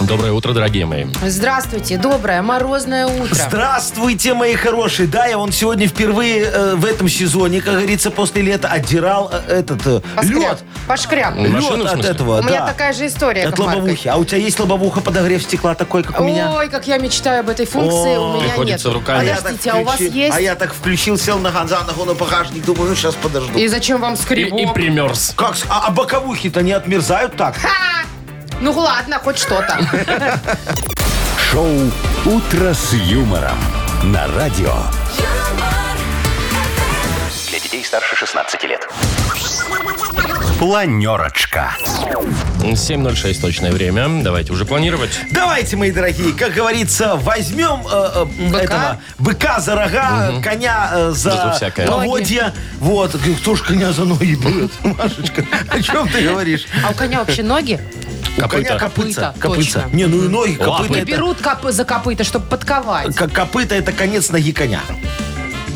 Доброе утро, дорогие мои. Здравствуйте, доброе морозное утро. Здравствуйте, мои хорошие. Да, я вон сегодня впервые э, в этом сезоне, как говорится, после лета отдирал э, этот э, Пошкряб. лед. Пошкряб. Ну, Машину, в Лед от смысле? этого, У меня да. такая же история, От Яков Маркович. лобовухи. А у тебя есть лобовуха подогрев стекла такой, как а у меня? Ой, как я мечтаю об этой функции, у О, меня нет. приходится руками. я Подождите, а у вас включи- есть? А я так включил, сел на гонза, ногу на багажник, думаю, ну сейчас подожду. И зачем вам И, скребок? и примерз. Как, с- а, а боковухи-то не отмерзают так? Ха! Ну ладно, хоть что-то. Шоу «Утро с юмором» на радио. Для детей старше 16 лет. Планерочка. 7.06 точное время. Давайте уже планировать. Давайте, мои дорогие, как говорится, возьмем э, э, Быка? этого быка за рога, коня э, За за всякое. поводья. Вот, Говорю, кто ж коня за ноги берет? Машечка, о чем ты говоришь? А у коня вообще ноги? У коня Копыта. копытца. Копыта, Копытца. точно. Не, ну и ноги, Лапы. копыта. И это- берут коп- за копыта, чтобы подковать. К- Копыта это конец ноги коня.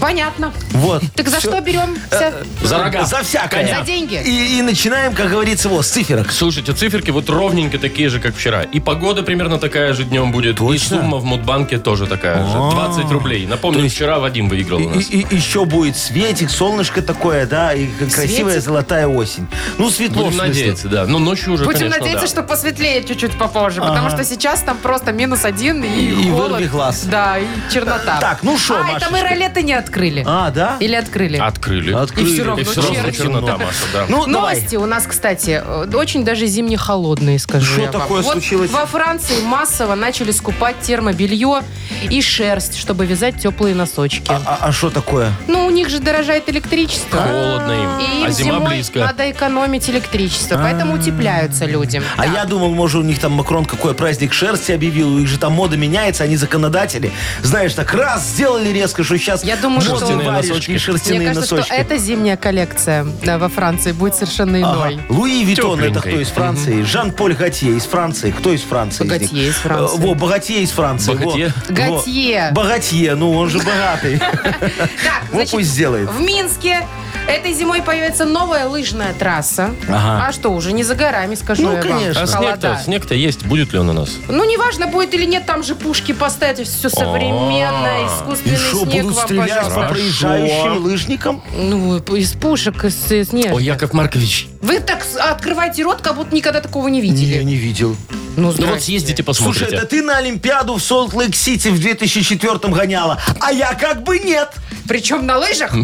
Понятно. Вот. Так за Всё. Э, что беремся? За рога. За всякое. За деньги. И, и начинаем, как говорится, вот, с циферок. Слушайте, циферки вот ровненько такие же, как вчера. И погода примерно такая же днем будет. И Точно? сумма в Мудбанке тоже такая же. 20 рублей. Напомню, вчера Вадим выиграл у нас. еще будет светик, солнышко такое, да, и к- красивая Светик? золотая осень. Ну, светло, в Будем смысле. надеяться, да. Но ночью уже, Будем Ну, конечно, надеяться, да. что посветлее чуть-чуть попозже, потому что сейчас там просто минус один и, И холод. вырви глаз. Да, и чернота. Так, ну шо, А, Машечка? это мы ролеты не открыли. А, да? Или открыли? Открыли. Открыли. И всё равно И все равно черт. чернота, Маша, да. Ну, давай. Новости у нас, кстати, э, очень даже зимне холодные, скажу Что я вам. такое Вот случилось? во Франции массово начали скупать термобелье и шерсть, чтобы вязать теплые носочки. А что такое? Ну, у них же дорожает электричество. Холодно им. И им а зима зимой близко. надо экономить электричество, поэтому утепляются люди. А Да. я думал, может, у них там Макрон какой праздник шерсти объявил, у них же там мода меняется, они законодатели. Знаешь, так раз сделали резко, что сейчас Я думаю, что- Шерстяные носочки. и Мне шерстяные кажется, носочки. что эта зимняя коллекция да, во Франции будет совершенно иной. Ага. Луи Витон, это Тепленькой. кто из Франции? Жан-Поль Готье из Франции. Кто из Франции? из них? Готье из Франции. Э, Во, Богатье из Франции. во. Богатье? Во. Готье. Богатье, ну он же богатый. Так, Вот значит, пусть сделает. в Минске этой зимой появится новая лыжная трасса. Ага. А что, уже не за горами, скажу Ну, я вам. конечно. А Холода. снег-то снег есть, будет ли он у нас? Ну, неважно, будет или нет, там же пушки поставить, все современное, И искусственный что, снег А, будут вам, стрелять по пожалуйста. проезжающим лыжникам? Ну, из пушек, из э, снежных. Ой, Яков Маркович. Вы так с- открываете рот, как будто никогда такого не видели. Я не видел. Ну, Ну вот здрасте. съездите, посмотрите. Слушай, это ты на Олимпиаду в Солт-Лейк-Сити в 2004 гоняла, а я как бы нет. Причем на лыжах?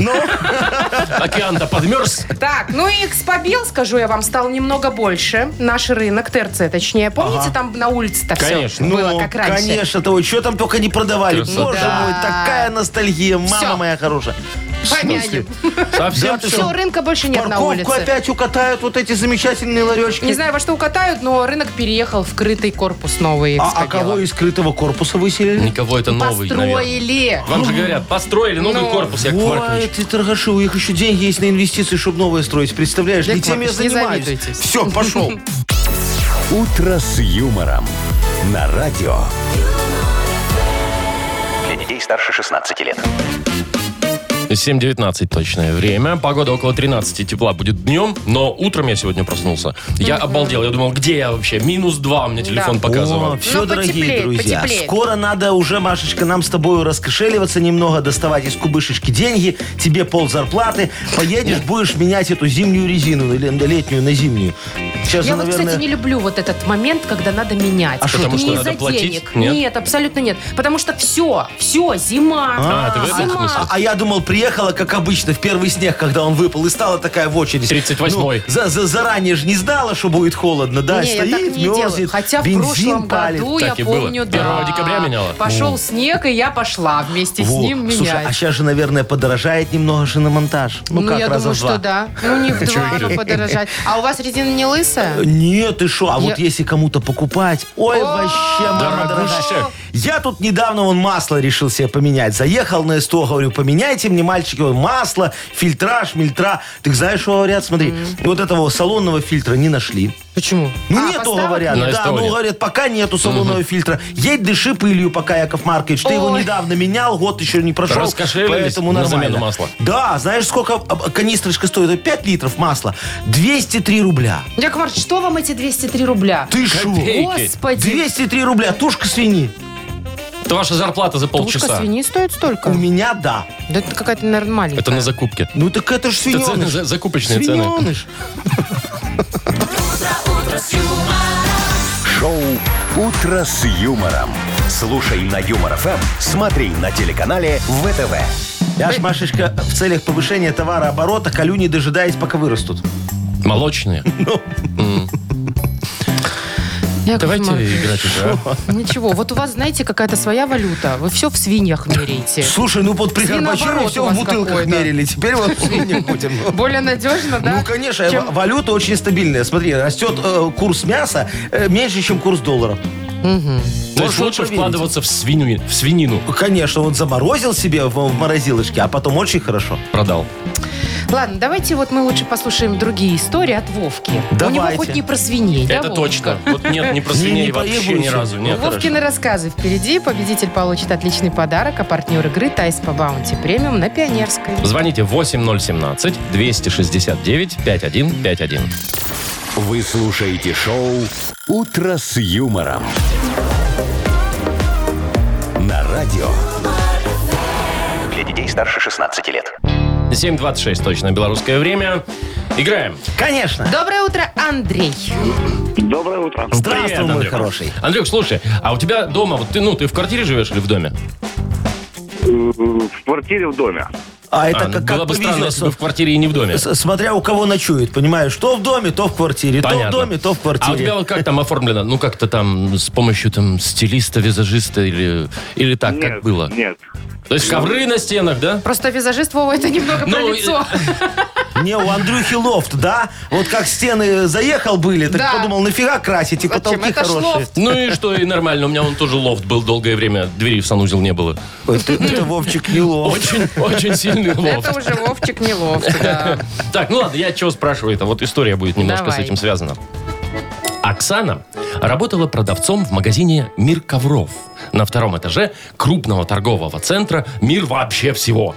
Океан-то подмерз. Так, ну и экспобил, скажу я вам, стал немного больше. Наш рынок, ТРЦ точнее. Помните, там на улице-то Конечно. все было как раньше? Ну, конечно, того, что там только не продавали. Красота. Боже Да. мой, такая ностальгия, мама Всё. моя хорошая. В Помянем. смысле? Совсем Да, ты всё. Все, рынка больше нет на улице. Парковку опять укатают вот эти замечательные ларечки. Не знаю, во что укатают, но рынок переехал в крытый корпус новый. а, а экспобила. кого из скрытого корпуса выселили? Никого это новый, наверное. Построили. Вам же говорят, построили новый Ну. корпус, Яков Ой, Маркович. ты торгаши, у них еще деньги есть на инвестиции, чтобы новое строить. Представляешь, не Яков тем я Маркович, не занимаюсь. завидуйтесь. Все, пошел. «Утро с юмором» на радио. Для детей старше 16 лет. 7.19 точное время. Погода около 13 тепла будет днем, но утром я сегодня проснулся. Я обалдел. Я думал, где я вообще? Минус 2 мне телефон Да. показывал. все, Ну, дорогие потеплеет, друзья. потеплеет. Скоро надо уже, Машечка, нам с тобою раскошеливаться немного, доставать из кубышечки деньги, тебе пол зарплаты. Поедешь, будешь менять эту зимнюю резину или на летнюю на зимнюю. Сейчас Я же, вот, наверное... кстати, не люблю вот этот момент, когда надо менять. А что, потому что не надо за платить? денег. Нет? Нет? абсолютно нет. Потому что все, все, зима. А, ты в этом зима. смысле? А я думал, приехала, как обычно, в первый снег, когда он выпал, и стала такая в очередь. 38-й. Ну, за, за- заранее же не знала, что будет холодно, да, Не, я стоит, так не делаю. мерзнет, Хотя в бензин прошлом палит. году Так и я было. помню, 1 да. декабря меняла. Пошел снег, и я пошла вместе с Во. ним менять. Слушай, а сейчас же, наверное, подорожает немного шиномонтаж. Ну, ну, как я раза думаю, в два. что да. Ну, не в два, но подорожать. А у вас резина не лысая? Нет, ты что? А Я- вот если кому-то покупать, ой, вообще, мама дорогуша. дорогая. Я тут недавно вон масло решил себе поменять. Заехал на СТО, говорю, поменяйте мне, мальчики, вон, масло, фильтра, шмильтра. Ты знаешь, что говорят? Смотри, вот этого салонного фильтра не нашли. Почему? Ну, А, нету, поставок говорят. нет. На да, СТО ну, нет. говорят, пока нету салонного фильтра. Едь, дыши пылью пока, Яков Маркович. Ты его Ой. недавно менял, год еще не прошел. Раскошелились Поэтому на нормально. замену масла. Да, знаешь, сколько а, канистрочка стоит? 5 литров масла. 203 рубля. Яков Маркович, что вам эти 203 рубля? Ты шо? Копейки. Господи, 203 рубля. Тушка свиньи. Это ваша зарплата за тушка полчаса. свиньи стоит столько? У меня да. Да это какая-то, наверное, маленькая. Это на закупке. Ну так это ж Это цены, свиненыш. за- закупочные цены. Свиненыш. Шоу «Утро с юмором». Слушай на Юмор ФМ, смотри на телеканале ВТВ. Я ж, Машечка, в целях повышения товарооборота колю не дожидаясь, пока вырастут. Молочные. Яков Давайте Маркович, играть уже. а? Ничего, вот у вас, знаете, какая-то своя валюта. Вы все в свиньях меряете. Слушай, ну вот при Свинооборот Горбачеве у все в вас бутылках какой-то. мерили. Теперь вот свиньи будем. Более надежно, да? Ну, конечно, чем- ва- валюта очень стабильная. Смотри, растет э, курс мяса э, меньше, чем курс доллара. То есть вот лучше проверить. вкладываться в свинью, в свинину. Конечно, вот заморозил себе в, в морозилочке, а потом очень хорошо. Продал. Ладно, давайте вот мы лучше послушаем другие истории от Вовки. У него Давайте. хоть не про свиней, да, Это Вовка? точно. Вот нет, не про Не, не свиней вообще ни поебуйся. разу. Нет. Вовкины рассказы впереди. Победитель получит отличный подарок, а партнер игры Тайс по Баунти Премиум на Пионерской. Звоните 8017-269-5151. Вы слушаете шоу «Утро с юмором». На радио Для детей старше 16 лет. 7.26 точно белорусское время. Играем. Конечно. Доброе утро, Андрей. Доброе утро. Здравствуй, Привет, мой Андрюх. хороший. Андрюх, слушай, а у тебя дома, вот ты, ну, ты в квартире живешь или в доме? Э, В квартире в доме. А А, это как, было как бы странно, повезет, если бы в квартире и не в доме. с- Смотря у кого ночует, понимаешь, что в доме, то в квартире, Понятно. то в доме, то в А у тебя квартире. вот как там оформлено? Ну, как-то там с помощью там стилиста, визажиста или, или так, как было? Нет. То есть ковры на стенах, да? Просто визажист Вова, это немного про Ну, лицо. Не, у Андрюхи лофт, да? Вот как стены заехал были, так Да. подумал, нафига красить, и Зачем? потолки Это ж хорошие. лофт. Ну и что, и нормально. У меня он тоже лофт был долгое время. Двери в санузел не было. Это, это, Вовчик не лофт. Очень, очень сильный лофт. Это уже Вовчик не ловчик, да. Так, ну ладно, я чего спрашиваю это? Вот история будет немножко с Давай. этим связана. Оксана работала продавцом в магазине «Мир ковров» на втором этаже крупного торгового центра «Мир вообще всего».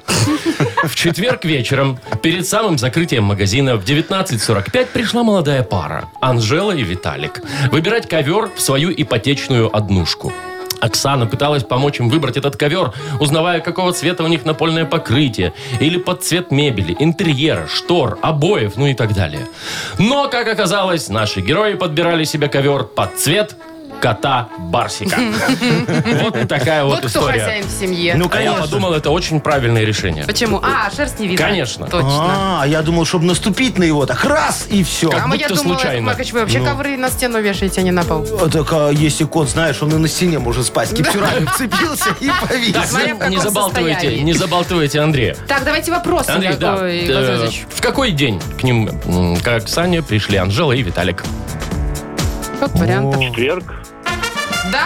В четверг вечером, перед самым закрытием магазина, в 19.45 пришла молодая пара – Анжела и Виталик. Выбирать ковер в свою ипотечную однушку. Оксана пыталась помочь им выбрать этот ковер, узнавая, какого цвета у них напольное покрытие, или под цвет мебели, интерьера, штор, обоев, ну и так далее. Но, как оказалось, наши герои подбирали себе ковер под цвет кота Барсика. Вот такая вот Вот кто история. хозяин в семье. Ну, А я конечно. подумал, это очень правильное решение. Почему? А, шерсть не видно. Конечно. Точно. А, я думал, чтобы наступить на его, так раз и все. Как А мы, я будто думала, случайно. Ну. Яков Маркович, вы вообще ковры на стену вешаете, а не на пол. А, Так, а если кот, знаешь, он и на стене может спать. Кипсюрами вцепился и повис. Так, Смотря в не- не каком забалтывайте, состоянии. не забалтывайте Андрея. Так, давайте вопросы. Андрей, Яков- да. э, Ой, Владимир Владимирович. В какой день к ним, м, к Оксане, пришли Анжела и Виталик? Как вариантов. Четверг. Да?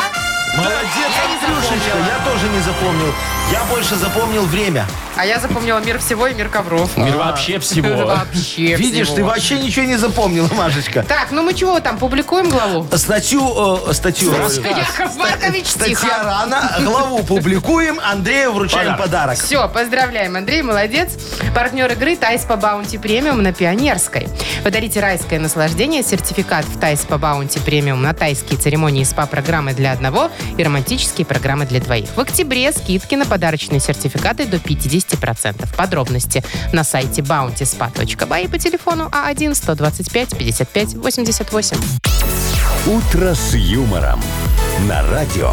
Молодец, Я не Андрюшечка, запомнила. я тоже не запомнил. Я больше запомнил время. А я запомнила мир всего и мир ковров. Мир вообще всего. А. Вообще Видишь, всего. ты вообще ничего не запомнила, Машечка. Так, ну мы чего там, публикуем главу? Статью, э, статью. Яков Маркович, Статья тихо. рано, главу публикуем, Андрею вручаем подарок. Все, поздравляем, Андрей, молодец. Партнер игры Тайс по Баунти Премиум на Пионерской. Подарите райское наслаждение, сертификат в Тайс по Баунти Премиум на тайские церемонии и СПА-программы для одного и романтические программы для двоих. В октябре скидки на подарочные сертификаты до 50%. Подробности на сайте bountyspa.by и по телефону А А1-125-55-88. «Утро с юмором». На радио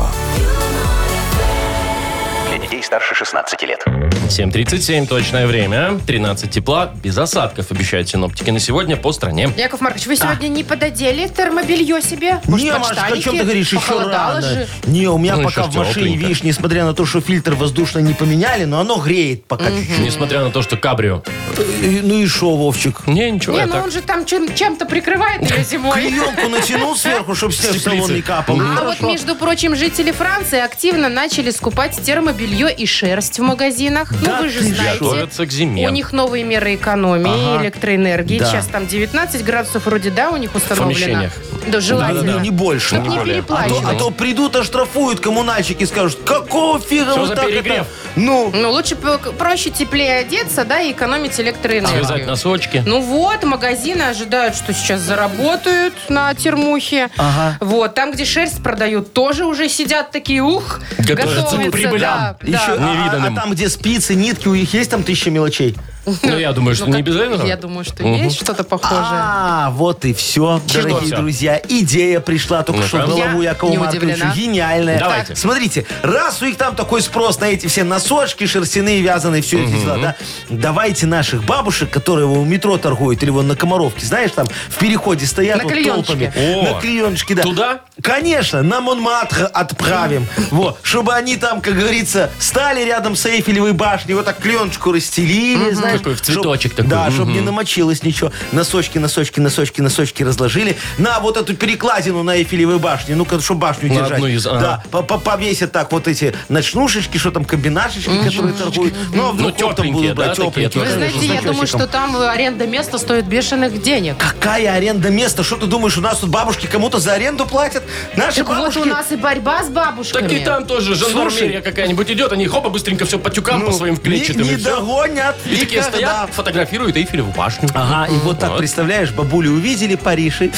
Для детей старше 16 лет. 7.37 точное время. 13 тепла, без осадков, обещают синоптики на сегодня по стране. Яков Маркович, вы сегодня не пододели термобелье себе? Может, не, Машечка, о чем подштанники? ты говоришь? Еще Похолодало рано. же. Не, у меня Ну, пока еще в машине, тепленько. видишь, несмотря на то, что фильтр воздушно не поменяли, но оно греет пока чуть-чуть. Несмотря на то, что кабрио. Э, Ну и шо, Вовчик? Не, ничего, А Не, я ну так. он же там чем- чем-то прикрывает ее зимой. Клеенку натянул сверху, чтобы снег в салон не Теплицы. капал. А вот, Хорошо. между прочим, жители Франции активно начали скупать термобелье и шерсть в магазинах. Да ну, вы же ты знаете. Готовятся к зиме. У них новые меры экономии Ага. электроэнергии. Да. Сейчас там 19 градусов вроде, да, у них установлено. помещениях. Да, желательно. Да-да-да, Ну, Не больше. Чтоб не более. А то, а переплачивать. то придут, оштрафуют коммунальщики и скажут, какого фига Что вы за так это?» перегрев? Ну, Ну, лучше п- к- проще теплее одеться, да, и экономить Связать электроэнергию. носочки. Ну вот, магазины ожидают, что сейчас заработают на термухе. Ага. Вот, там, где шерсть продают, тоже уже сидят такие, ух, Готовятся к готовятся, прибылям. да, еще, да. а- а, невиданным. там, где спицы, нитки, у них есть там тысяча мелочей? Ну, я думаю, что Ну, не как- обязательно. Я думаю, что есть что-то похожее. А, вот и все, дорогие всё? друзья. Идея пришла только Ну-ка. что в голову Я Якову не Марковичу. удивлена. Гениальная. Давайте. Так, Смотрите, раз у них там такой спрос на эти все носочки шерстяные, вязаные, все эти дела, да, давайте наших бабушек, которые вон у метро торгуют, или вон на Комаровке, знаешь, там в переходе стоят На вот клееночке. толпами. О. На клееночке, да. Туда? Конечно, на Монматр отправим. Вот, чтобы они там, как говорится, стали рядом с Эйфелевой башней, вот так клееночку расстелили, знаешь. Такой в чтоб- цветочек такой. Да, чтобы Мгм. не намочилось ничего. Носочки, носочки, носочки, носочки разложили. На вот эту перекладину на Эйфелевой башне. Ну-ка, чтобы башню На держать. одну из, ага. Да, по- по- повесят так вот эти ночнушечки, что там, комбинашечки, которые торгуют. Ну, а вдруг вот там тепленькие, будут, да, брать такие тепленькие. Вы тоже. конечно, знаете, я с думаю, что начесиком. там э, аренда места стоит бешеных денег. Какая аренда места? Что ты думаешь, у нас тут бабушки кому-то за аренду платят? Наши Так вот бабушки... у нас и борьба с бабушками. Так и там тоже жандармерия Слушай. Ну, какая-нибудь идет, они хопа быстренько все по тюкам, Ну, по своим клетчатым. не, и не всё. догонят. И такие никогда. А. стоят, фотографируют Эйфелеву башню. Ага, и вот так, Вот. представляешь, бабули увидели Париж и...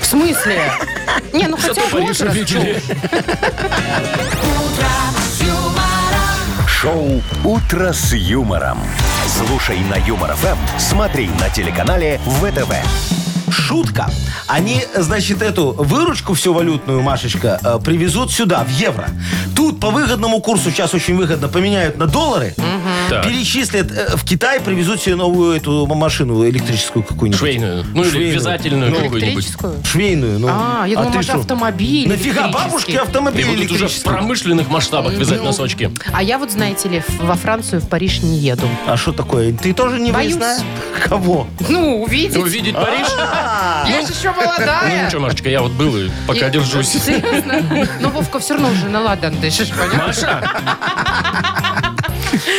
В смысле? Не, ну хотя Зато Париж возраст. увидели. Шоу «Утро с юмором». Слушай на Юмор ФМ, смотри на телеканале ВТВ. Шутка. Они, значит, эту выручку всю валютную, Машечка, э, привезут сюда, в евро. Тут по выгодному курсу, сейчас очень выгодно, поменяют на доллары, Так. перечислят э, в Китай, привезут себе новую эту машину электрическую какую-нибудь. Швейную. Ну, или Швейную. вязательную Ну, какую-нибудь. Электрическую? Швейную, ну. А, я думала, ты может, шо? автомобиль Нафига электрический? бабушке автомобиль И будут уже в электрический? промышленных масштабах вязать носочки. А я вот, знаете ли, в- во Францию, в Париж не еду. А что такое? Ты тоже не Боюсь. выездная? Кого? Ну, увидеть. Увидеть Париж? А. Я же Ну еще молодая. ничего, Машечка, я вот был и пока держусь. Серьезно? Ну, Вовка, все равно уже на ладан дышишь, понятно? Маша!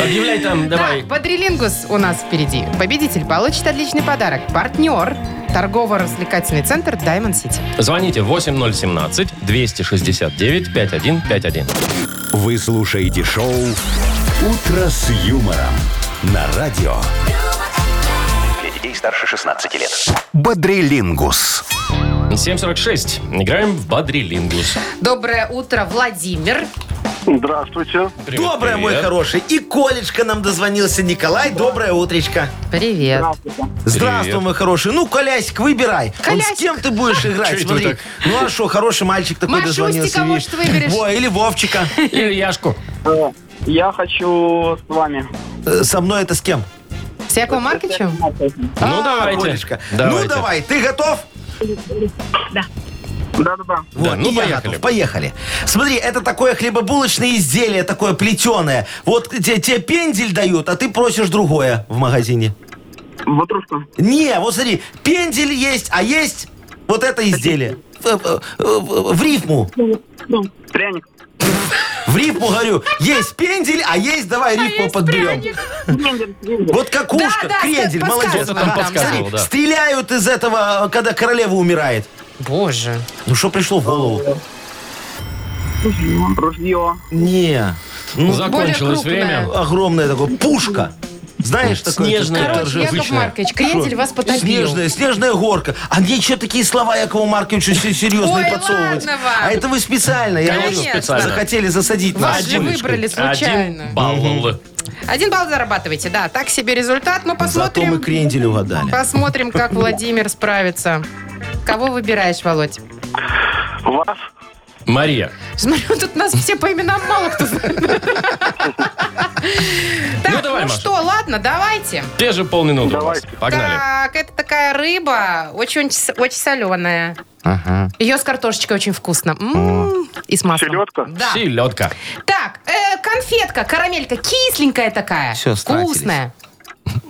Объявляй там, давай. Так, Бодрилингус у нас впереди. Победитель получит отличный подарок. Партнер. Торгово-развлекательный центр Diamond City. Звоните 8017-269-5151. Вы слушаете шоу «Утро с юмором» на радио Для детей старше 16 лет. «Бодрилингус». 7.46. Играем в Бадрилингус. Доброе утро, Владимир. Здравствуйте. Привет, Доброе, мой привет. хороший. И Колечка нам дозвонился. Николай, доброе утречко. Привет. Здравствуй, Привет. мой хороший. Ну, колясик, выбирай. Он Колясик. с кем ты будешь играть? Чё это Смотри. вы так? Ну а что, хороший мальчик такой Машустика, дозвонился. может, видишь. выберешь? Во, или Вовчика. Или Яшку. Я хочу с вами. Э, Со мной это с кем? С Яковом Марковичем? Ну, А, давайте. Колечка. Давайте. Ну, давай, ты готов? Да-да-да. Да, Вот, ну, и я поехали. готов. Поехали. Смотри, это такое хлебобулочное изделие, такое плетеное. Вот те- тебе пендель дают, а ты просишь другое в магазине. Ватрушка. Не, вот смотри, пендель есть, а есть вот это изделие. Э, э, э, В рифму. Пряник. В рифму говорю, есть пендель, а есть давай рифму подберем. Вот какушка, Да, да, крендель, подсказывала молодец. Кто-то там Ага. подсказывал, Смотри, да. Стреляют из этого, когда королева умирает. Боже. Ну что пришло в голову? Ружье. Не, ну Закончилось более крупная. время. огромная такая пушка. Знаешь, такое? Снежная. такое Короче, торжественное. Яков Маркович, крендель Что? вас потопил. Снежная, снежная горка. А мне что такие слова Якову Марковичу се- серьезные Ой, подсовывать? ладно вам. А это вы специально, я Конечно, вижу, специально. захотели засадить нас. Вас же Олечкой. выбрали случайно. Один балл. Один балл зарабатываете, да. Так себе результат, но Зато мы посмотрим. крендель угадали. Посмотрим, как Владимир справится. Кого выбираешь, Володь? Вас. Мария. Смотрю, тут нас все по именам мало кто знает. Ну, Так, давай, ну Маша. что, ладно, давайте. Те же полминуты. у вас. Давайте. Погнали. Так, это такая рыба, очень, с- очень соленая. Ее с картошечкой очень вкусно. М, И с маслом. Селедка? Да. Селедка. Так, э, конфетка, карамелька, кисленькая такая. Всё, стратились. Вкусная.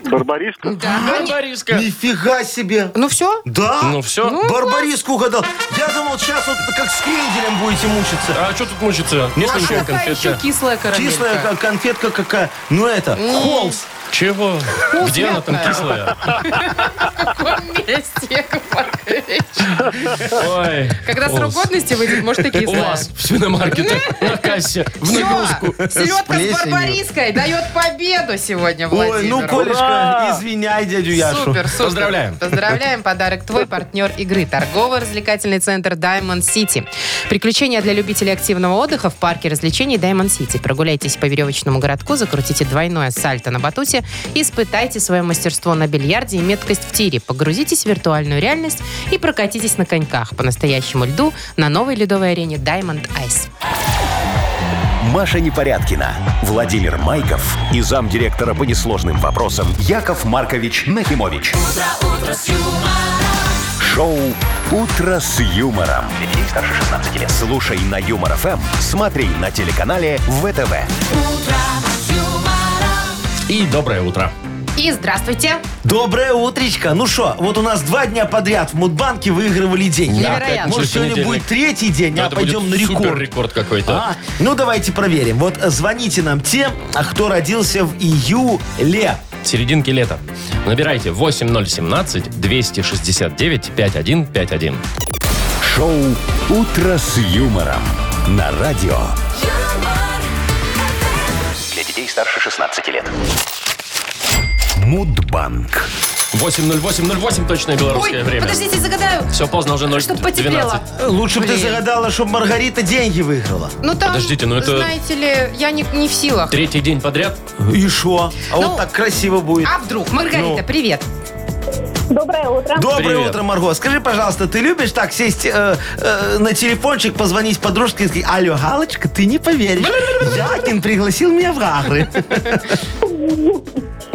Барбариска? Да. Барбариска. Нифига себе. Ну все? Да? Ну все. Барбариску угадал. Я думал, сейчас вот как с кренделем будете мучиться. А что тут мучиться? что Несколько Такая еще конфетка. кислая карамелька. Кислая ка- конфетка какая. Ну это, холст. Чего? Где она там мятная. кислая? В каком месте, Яков Маркович? Ой. Когда Ужас. срок годности выйдет, может и У кислая. вас в свиномаркете на кассе в Всё, нагрузку. Селедка плесенью. с барбариской дает победу сегодня, Владимир. Ой, ну, Колешка, извиняй дядю Яшу. Супер, супер. Поздравляем. Поздравляем. Подарок твой партнер игры. Торгово-развлекательный центр Diamond City. Приключения для любителей активного отдыха в парке развлечений Diamond City. Прогуляйтесь по веревочному городку, закрутите двойное сальто на батуте, испытайте свое мастерство на бильярде и меткость в тире. Погрузитесь в виртуальную реальность и прокатитесь на коньках по настоящему льду на новой ледовой арене Diamond Ice. Маша Непорядкина, Владимир Майков и замдиректора по несложным вопросам Яков Маркович Нахимович. Шоу Утро с юмором. Для детей старше 16 лет. Слушай на юмор ФМ, смотри на телеканале ВТВ. И доброе утро. И здравствуйте! Доброе утречко. Ну что, вот у нас два дня подряд в Мудбанке выигрывали деньги. Да. Невероятно. Может, Через сегодня понедельник. будет третий день, а Это будет пойдем на рекорд. суперрекорд какой-то. А, ну, давайте проверим. Вот э, звоните нам тем, а кто родился в июле. Серединки лета. Набирайте 8017-269-5151. Шоу Утро с юмором на радио. Для детей старше 16 лет. Мудбанк. 80808 точное белорусское Ой, время. подождите, загадаю. Все поздно, уже 0 Чтоб потеплело. Э, Лучше бы ты Блин. загадала, чтобы Маргарита деньги выиграла. Ну там, Подождите, ну это- знаете ли, я не, не в силах. Третий день подряд. И шо? А Ну, вот так красиво будет. А вдруг? Маргарита, Ну. привет. Доброе утро. Доброе Привет. утро, Марго. Скажи, пожалуйста, ты любишь так сесть э, э, на телефончик, позвонить подружке и сказать, алло, Галочка, ты не поверишь. Якин пригласил меня в Гагры.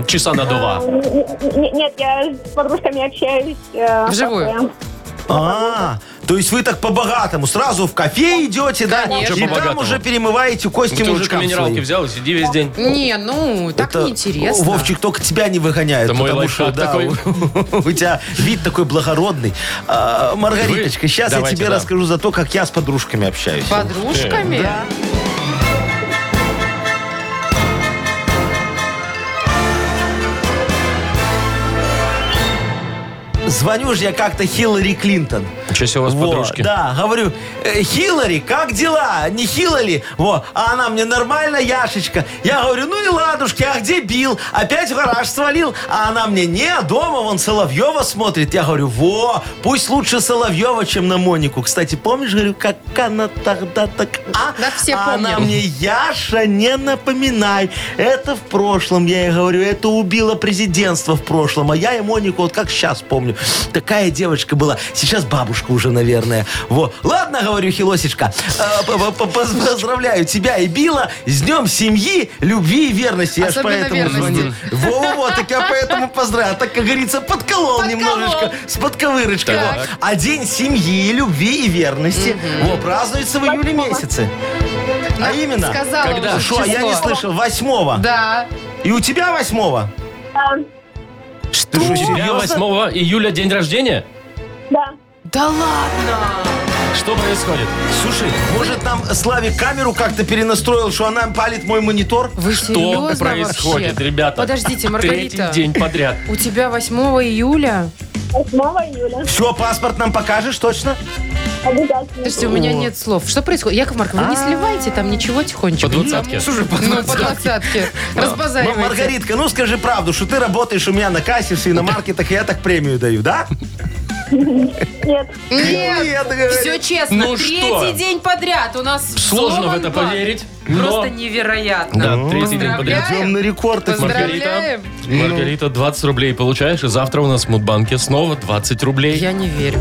Часа на А, два. н- н- н- Нет, я с подружками общаюсь. э, в Вживую. кафе. А, то есть вы так по-богатому сразу в кафе идете, да? Конечно. И там По-богатому. уже перемываете кости Ты уже мужикам минералки своим. взял, и сиди весь день. Не, ну, так Это, неинтересно. Вовчик, только тебя не выгоняют, Это мой потому что лайфхак да, такой. у- у тебя вид такой благородный. А, Маргариточка, Вы- сейчас я давайте, тебе да. расскажу за то, как я с подружками общаюсь. С Подружками? Звоню же я как-то Хиллари Клинтон. Ничего себе у вас Во, подружки. Да, говорю, «Э, Хиллари, как дела? Не Хиллари? Во, а она мне нормально, Яшечка. Я говорю, ну и ладушки, а где Бил? Опять в гараж свалил. А она мне, не, дома вон Соловьева смотрит. Я говорю, во, пусть лучше Соловьева, чем на Монику. Кстати, помнишь, говорю, как она тогда так... А, Да все А она помним. мне, Яша, не напоминай. Это в прошлом, я ей говорю, это убило президентство в прошлом. А я и Монику вот как сейчас помню. Такая девочка была. Сейчас бабушка уже, наверное. Во. Ладно, говорю, Хилосечка, э, п- п- поз- поздравляю тебя и Била с днем семьи, любви и верности. Я ж Особенно поэтому верности. звонил. Во-во-во, так я поэтому поздравляю. Так, как говорится, подколол, немножечко с подковырочкой. Так. Во. А день семьи, любви и верности во, празднуется в июле месяце. А именно? Сказала Когда? а уже Что, я число. не слышал, восьмого. Да. И у тебя восьмого? Да, Что? Ты что, У тебя серьезно? 8 июля день рождения? да. Да ладно. Что происходит? Слушай, может нам Славик камеру как-то перенастроил, что она палит мой монитор? Вы Что серьезно происходит, вообще? ребята? Подождите, Маргарита. Третий день подряд. У тебя 8 июля? 8 июля. Все, паспорт нам покажешь точно? Обязательно. Подождите, у меня нет слов. Что происходит? Яков Марков, вы не сливайте там ничего тихонечко. А. По двадцатке. Ну, Слушай, по Ну, по двадцатке. М- Разбазаривайте. Маргаритка, ну скажи правду, что ты работаешь у меня на кассе в свиномаркетах, и я так премию даю, да? Нет. Нет, Нет, говорит. все честно. Ну третий что? день подряд у нас Сложно в взломан это банк. поверить. но- Просто невероятно. Да, третий день подряд. Идем на рекорд. Маргарита, Поздравляем. Маргарита, 20 рублей получаешь, и завтра у нас в Мудбанке снова 20 рублей. Я не верю.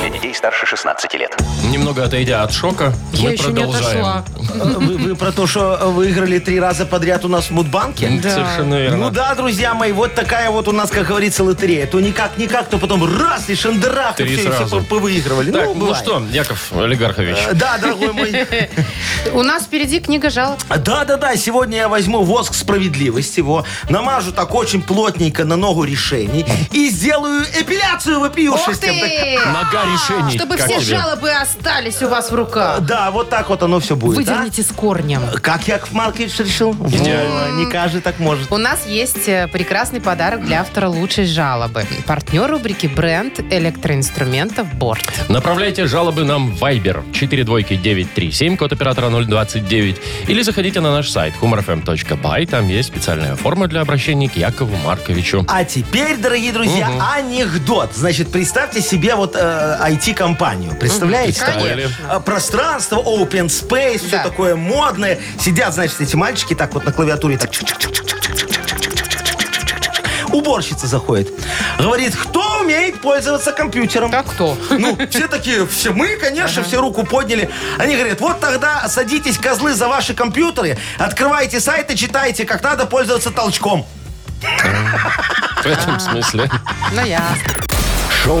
Для детей старше 16 лет. Немного отойдя от шока, Я мы еще не продолжаем. отошла. А Вы, вы про то, что выиграли три раза подряд у нас в Мудбанке? М, Совершенно верно. Ну да, друзья мои, вот такая вот у нас, как говорится, лотерея. То никак-никак, то потом раз и шандарах, и Три все, и все сразу. по- повыигрывали. Так, ну, бывает. что, Яков Олигархович, Э, Да, дорогой мой. У нас впереди книга жалоб. Да-да-да, сегодня я возьму воск справедливости, его намажу так очень плотненько на ногу решений и сделаю эпиляцию Ух вопиюшестям. ты! нога решений. Чтобы как все тебе? жалобы остались у вас в руках. Да, вот так вот оно все будет. а? Выдерните с корнем. Как Яков Маркович решил? Идеально. Не каждый так может. У нас есть э, прекрасный подарок для автора лучшей жалобы. Партнер рубрики «Бренд электроинструментов Борт». Направляйте жалобы нам в Viber 42937, код оператора 029. Или заходите на наш сайт humorfm.by. Там есть специальная форма для обращения к Якову Марковичу. А теперь, дорогие друзья, анекдот. Значит, представьте себе вот э, IT-компанию. Представляете? Мгм. такое? Конечно. Э, Пространство, open space, все Да. такое модное. Сидят, значит, эти мальчики так вот на клавиатуре. Так. Уборщица заходит. Говорит, кто умеет пользоваться компьютером? А кто? Ну, все такие, все мы, конечно, все руку подняли. Они говорят, вот тогда садитесь, козлы, за ваши компьютеры, открывайте сайты, читайте, как надо пользоваться толчком. В этом смысле. Ну, я. Шоу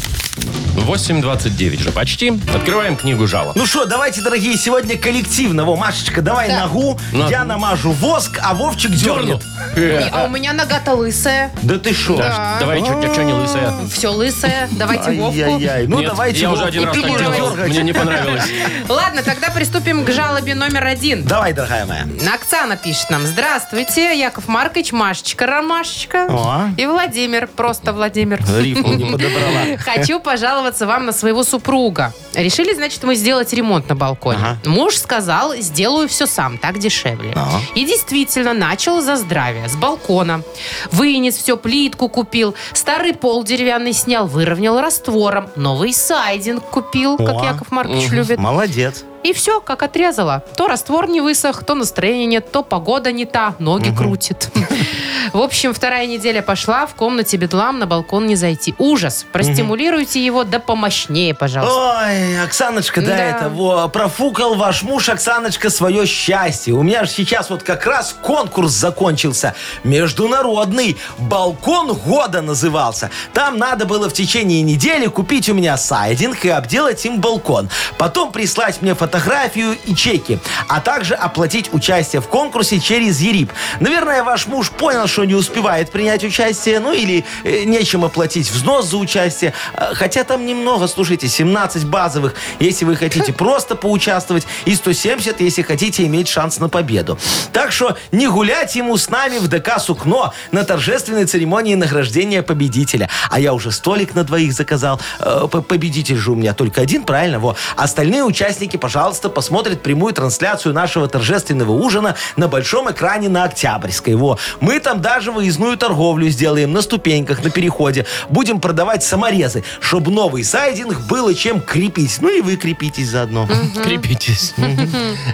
8.29 же почти. Открываем книгу жалоб. Ну что, давайте, дорогие, сегодня коллективно. Во, Машечка, давай ногу, Ногу. я намажу воск, а Вовчик дернет. Не, А у меня нога-то лысая. Ну Да ты шо? Да, Давай, чё, чё не лысая. Все лысое. Давайте Вовку. Ай-яй-яй. Ну Нет, давайте. я уже Вовку один раз так будем делал. дергать. Мне не понравилось. Ладно, тогда приступим к жалобе номер один. Давай, дорогая моя. Оксана пишет нам. Здравствуйте, Яков Маркович, Машечка, Ромашечка. О. И Владимир, просто Владимир. Рифму не подобрала. Хочу пожаловаться вам на своего супруга. Решили, значит, мы сделать ремонт на балконе. Муж сказал, сделаю все сам, так дешевле. И действительно, начал за здравие, с балкона. Вынес все, плитку купил, старый пол деревянный снял, выровнял раствором, новый сайдинг купил, как О. Яков Маркович любит. Молодец. И все, как отрезала. То раствор не высох, то настроение нет, то погода не та, ноги крутит. В общем, вторая неделя пошла, в комнате бедлам, на балкон не зайти. Ужас. Простимулируйте его, да помощнее, пожалуйста. Ой, Оксаночка, да, Да. это, во, профукал ваш муж, Оксаночка, свое счастье. У меня же сейчас вот как раз конкурс закончился. Международный. Балкон года назывался. Там надо было в течение недели купить у меня сайдинг и обделать им балкон. Потом прислать мне фотографию и чеки. А также оплатить участие в конкурсе через ЕРИП. Наверное, ваш муж понял, что не успевает принять участие, ну или э, нечем оплатить взнос за участие. Э, Хотя там немного, слушайте, 17 базовых, если вы хотите просто поучаствовать, и 170, если хотите иметь шанс на победу. Так что не гулять ему с нами в ДК «Сукно» на торжественной церемонии награждения победителя. А я уже столик на двоих заказал. Э, п- Победитель же у меня только один, правильно? Во. Остальные участники, пожалуйста, посмотрят прямую трансляцию нашего торжественного ужина на большом экране на Октябрьской. Во. Мы там даже выездную торговлю сделаем на ступеньках, на переходе. Будем продавать саморезы, чтобы новый сайдинг было чем крепить. Ну и вы крепитесь заодно. Крепитесь.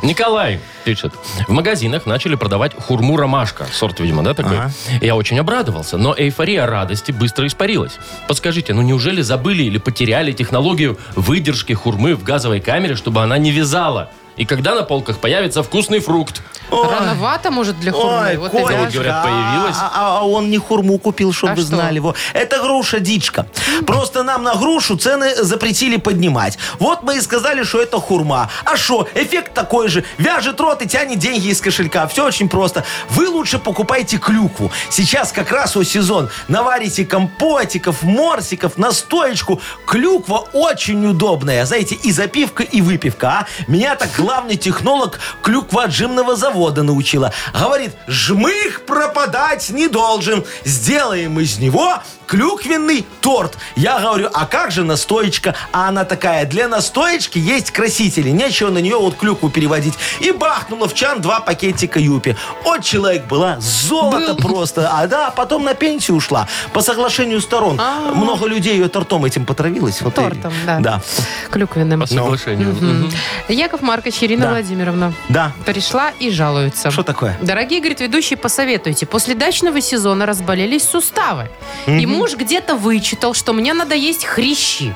Николай пишет. В магазинах начали продавать хурму ромашка. Сорт, видимо, да, такой? Я очень обрадовался, но эйфория радости быстро испарилась. Подскажите, ну неужели забыли или потеряли технологию выдержки хурмы в газовой камере, чтобы она не вязала? И когда на полках появится вкусный фрукт? Рановато, может, для хурмы. Ой, Вот и Колечка, да. Вот, говорят, а- появилась. А, а- а он не хурму купил, чтобы А вы что? знали. Во. Это груша дичка. Просто нам на грушу цены запретили поднимать. Вот мы и сказали, что это хурма. А что? Эффект такой же. Вяжет рот и тянет деньги из кошелька. Все очень просто. Вы лучше покупайте клюкву. Сейчас как раз о сезон. Наварите компотиков, морсиков, настоечку. Клюква очень удобная. Знаете, и запивка, и выпивка. а. Меня так главный технолог клюкводжимного завода научила. Говорит, жмых пропадать не должен. Сделаем из него клюквенный торт. Я говорю, а как же настоечка? А она такая, для настоечки есть красители, нечего на нее вот клюкву переводить. И бахнула в чан два пакетика юпи. От человек была золото просто. А да, потом на пенсию ушла. По соглашению сторон. Много людей ее тортом этим потравилось. Вот и- А. Тортом, да. Да. Клюквенным. По соглашению. Ну, Мгм. Яков Маркович, Ирина Да. Владимировна. Да. Пришла и жалуется. Что такое? Дорогие, говорит, ведущие, посоветуйте. После дачного сезона разболелись суставы. И муж где-то вычитал, что мне надо есть хрящи.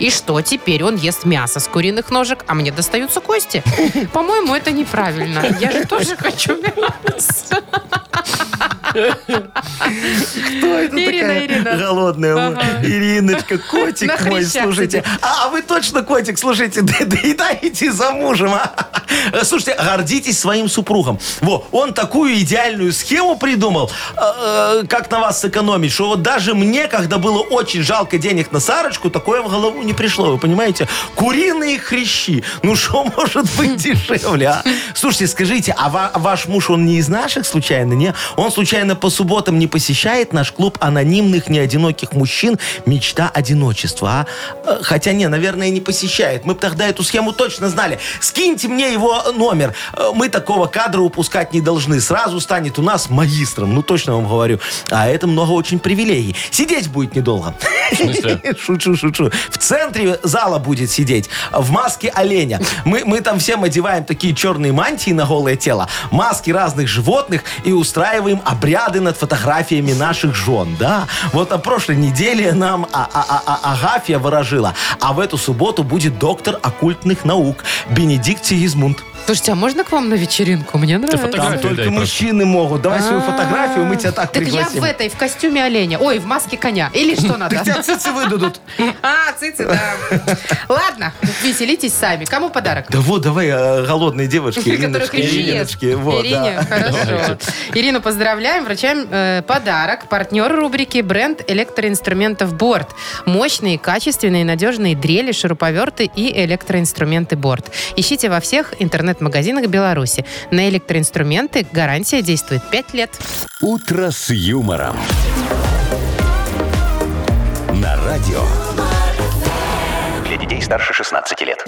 И что теперь он ест мясо с куриных ножек, а мне достаются кости? По-моему, это неправильно. Я же тоже хочу мясо. это Ирина, такая Ирина. голодная. Ага. Ириночка, котик На мой, хрящах слушайте. сидит. А, а вы точно котик, слушайте, д- доедаете за мужем. а? Слушайте, гордитесь своим супругом. Во, он такую идеальную схему придумал, э, э, как на вас сэкономить, что вот даже мне, когда было очень жалко денег на Сарочку, такое в голову не пришло, вы понимаете? Куриные хрящи. Ну, что может быть дешевле, а? Слушайте, скажите, а ва- ваш муж, он не из наших случайно, не? Он случайно по субботам не посещает наш клуб анонимных неодиноких мужчин «Мечта одиночества», а? Э, Хотя не, наверное, не посещает. Мы бы тогда эту схему точно знали. Скиньте мне его номер. Э, Мы такого кадра упускать не должны. Сразу станет у нас магистром. Ну, точно вам говорю. А это много очень привилегий. Сидеть будет недолго. В смысле? Шучу, шучу. В центре зала будет сидеть в маске оленя. Мы, мы там всем одеваем такие черные мантии на голое тело, маски разных животных и устраиваем обряды над фотографиями наших жен. Да, вот на прошлой неделе нам а- а- а- а- Агафья выражила, а в эту субботу будет доктор оккультных наук Бенедикт Сигизмунд. Слушайте, а можно к вам на вечеринку? Мне нравится. А. фотограф- Там Фотографию дай только просто. мужчины могут. Давай свою фотографию, мы тебя так Так я в пригласим. этой, в костюме оленя. Ой, в маске коня. Или что надо? Тебя цыцы выдадут. А, цицы, да. Ладно, веселитесь сами. Кому подарок? Да вот, давай э, голодные девочки. Которых Ириночки, Ирине Ириночки, вот, Ирине, да. хорошо. Ирину поздравляем, вручаем э, подарок. Партнер рубрики бренд электроинструментов «Борт». Мощные, качественные, надежные дрели, шуруповерты и электроинструменты «Борт». Ищите во всех интернет-магазинах Беларуси. На электроинструменты гарантия действует 5 лет. «Утро с юмором». На радио. Для детей старше 16 лет.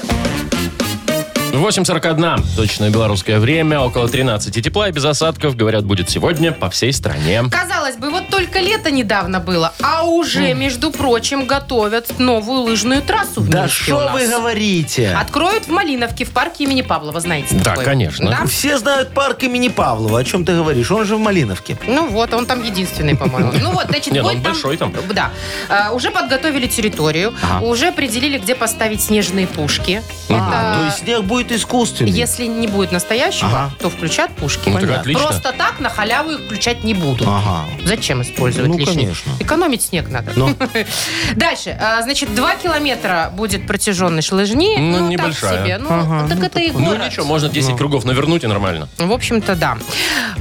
8.41. Точное белорусское время. Около 13 тепла и без осадков, говорят, будет сегодня по всей стране. Казалось бы, вот только лето недавно было, а уже, между прочим, готовят новую лыжную трассу в Да Минске у что нас. вы говорите? Откроют в Малиновке, в парке имени Павлова, знаете Да, такой? конечно. Да? Все знают парк имени Павлова. О чем ты говоришь? Он же в Малиновке. Ну вот, он там единственный, по-моему. Ну вот, значит, Не, ну будет он большой там. Да. А, Уже подготовили территорию, уже определили, где поставить снежные пушки. А, То Это есть снег будет искусственный. если не будет настоящего, Ага. то включат пушки. Ну, так Понятно. отлично. Просто так на халяву их включать не буду. Ага. Зачем использовать Ну, лишний? конечно. Экономить снег надо. Ну. Дальше. а, Значит, 2 километра будет протяженность лыжни. Ну, так небольшая. себе. Ну, так это и Ну город. ничего, можно 10 кругов навернуть и нормально. В общем-то, да.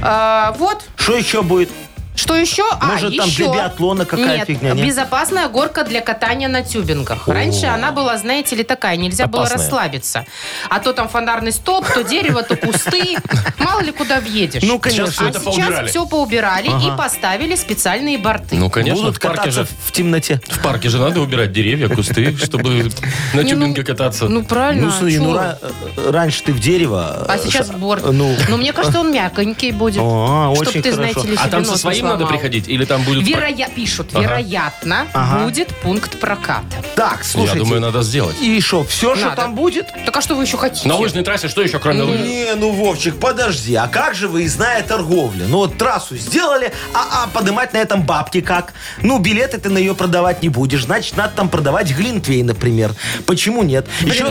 А, вот. Что еще будет? Что еще? а, Может, там еще... для биатлона какая Нет, фигня? Нет? безопасная горка для катания на тюбингах. Раньше она была, знаете ли, такая, нельзя Опасная. было расслабиться. А то там фонарный столб, то дерево, то кусты. Мало ли куда въедешь. Сейчас Ну, конечно. все а это сейчас поубирали. все поубирали и поставили специальные борты. Ну, конечно, Будут в парке кататься же. в темноте. Ну, В парке же надо убирать деревья, кусты, чтобы на Не, ну, тюбинге кататься. Ну, правильно. Ну, смотри, ну, чё? ра- э, раньше ты в дерево. э, А сейчас ша- борт. Ну, Но мне кажется, он мягонький будет. А, Чтоб очень ты, хорошо. знаете ли, А себе там со нос не своим надо сломал. приходить? Или там будет... про- Вероя- Пишут, Ага. вероятно, Ага. будет пункт проката. так, Я слушайте. думаю, надо сделать. И что, все, что Надо. там будет? Так а что вы еще хотите? На лыжной трассе что еще, кроме лыж? Не, ну, Вовчик, подожди, а как же выездная торговля? Ну, вот трассу сделали, а, а подымать на этом бабки как? Ну, билеты ты на ее продавать не будешь, значит, надо там продавать глинтвей, например. Почему нет? Еще,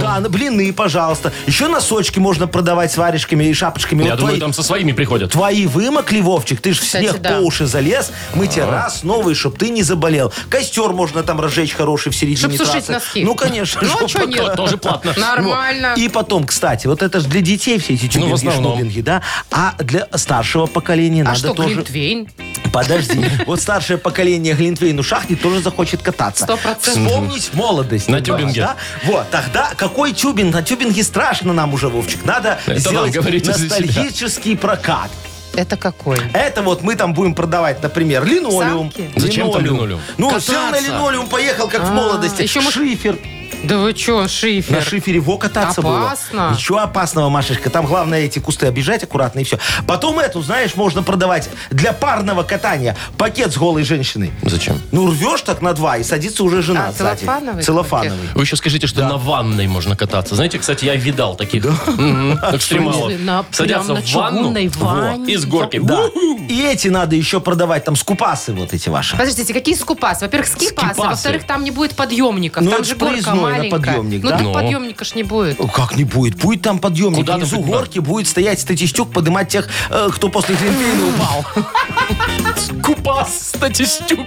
да, на блины, пожалуйста. Еще носочки можно продавать с варежками и шапочками. Я Вот думаю, твои- там со своими приходят. Твои вымокли, Вовчик, ты ж в Кстати, снег да. по уши залез, мы тебе раз новый, чтоб ты не заболел. Костер можно там разжечь хороший в середине Чтоб сушить трассы. носки. Ну, конечно. Ну, а чтоб чё нет? То- Тоже платно. Нормально. и потом, кстати, вот это же для детей все эти Ну, в тюбинги, основном. шнубинги, да? А для старшего поколения А надо что, тоже... Глинтвейн? Подожди. Вот старшее поколение Глинтвейну шахнет, тоже захочет кататься. Сто процентов. Вспомнить молодость. На немного, тюбинге. да? Вот, тогда какой тюбинг? На тюбинге страшно нам уже, Вовчик. Надо Это вам сделать говорите за себя. ностальгический прокат. Это какой? Это вот мы там будем продавать, например, линолеум. Самки? Зачем там линолеум? Ну, Кататься. сел на линолеум, поехал, как в молодости. еще А, мы- Шифер. Да вы че, шифер? На шифере во кататься Опасно. было. Ничего опасного, Машечка. Там главное эти кусты обижать аккуратно и все. Потом эту, знаешь, можно продавать для парного катания. Пакет с голой женщиной. Зачем? Ну, рвешь так на два, и садится уже жена А, сзади. целлофановый Целлофановый. Вы еще скажите, что на ванной можно кататься. Знаете, кстати, я видал таких Мгм, экстремалов. смысле, на- Садятся прям на в ванну чугунной во, ванне? и с горки. Да. Ух, И эти надо еще продавать, там скупасы вот эти ваши. Подождите, какие скупасы? Во-первых, скипасы, Скипасы. во-вторых, там не будет подъемников. Ну, там это же ж горка проездной на маленькая. подъемник, ну, да? тут Ну. подъемника ж не будет. О, Как не будет? Будет там подъемник. Куда-то Внизу быть надо. горки будет стоять статистюк, поднимать тех, э, кто после Глинтвейна упал. Купас, статистюк.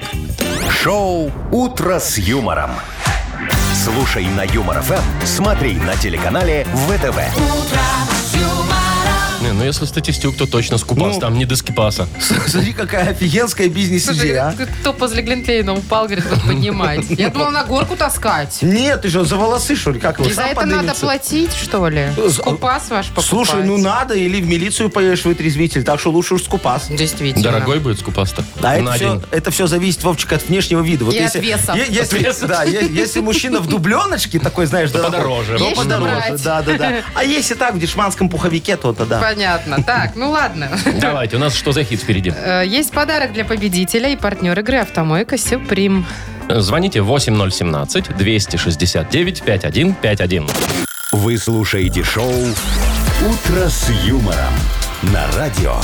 Шоу «Утро с юмором». Слушай на Юмор ФМ, смотри на телеканале ВТВ. Не, ну если статистюк, то точно с купас, Ну. там не до скипаса. Смотри, какая офигенская Слушай, бизнес-идея, а. говорит, кто возле Глинтвейна упал, говорит, вот поднимать. Я думала, на горку таскать. Нет, ты что, за волосы, что ли? Как его, И за сам это надо поднимется? платить, что ли? За- Скупас ваш покупать. Слушай, ну надо, или в милицию поедешь вытрезвитель, так что лучше уж скупас. Действительно. Дорогой будет скупас-то. А это на все, день. это все зависит, Вовчик, от внешнего вида. Вот И от если, веса. е- если- От веса. Да, е- если мужчина в дубленочке такой, знаешь, То дорогой, подороже. то Есть что подороже. брать. Да, да, да. А если так, в дешманском пуховике, то тогда. Понятно. Так, ну ладно. Давайте, у нас что за хит впереди? Э, Есть подарок для победителя и партнер игры «Автомойка Сюприм». Звоните 8017-269-5151. Вы слушаете шоу «Утро с юмором» на радио.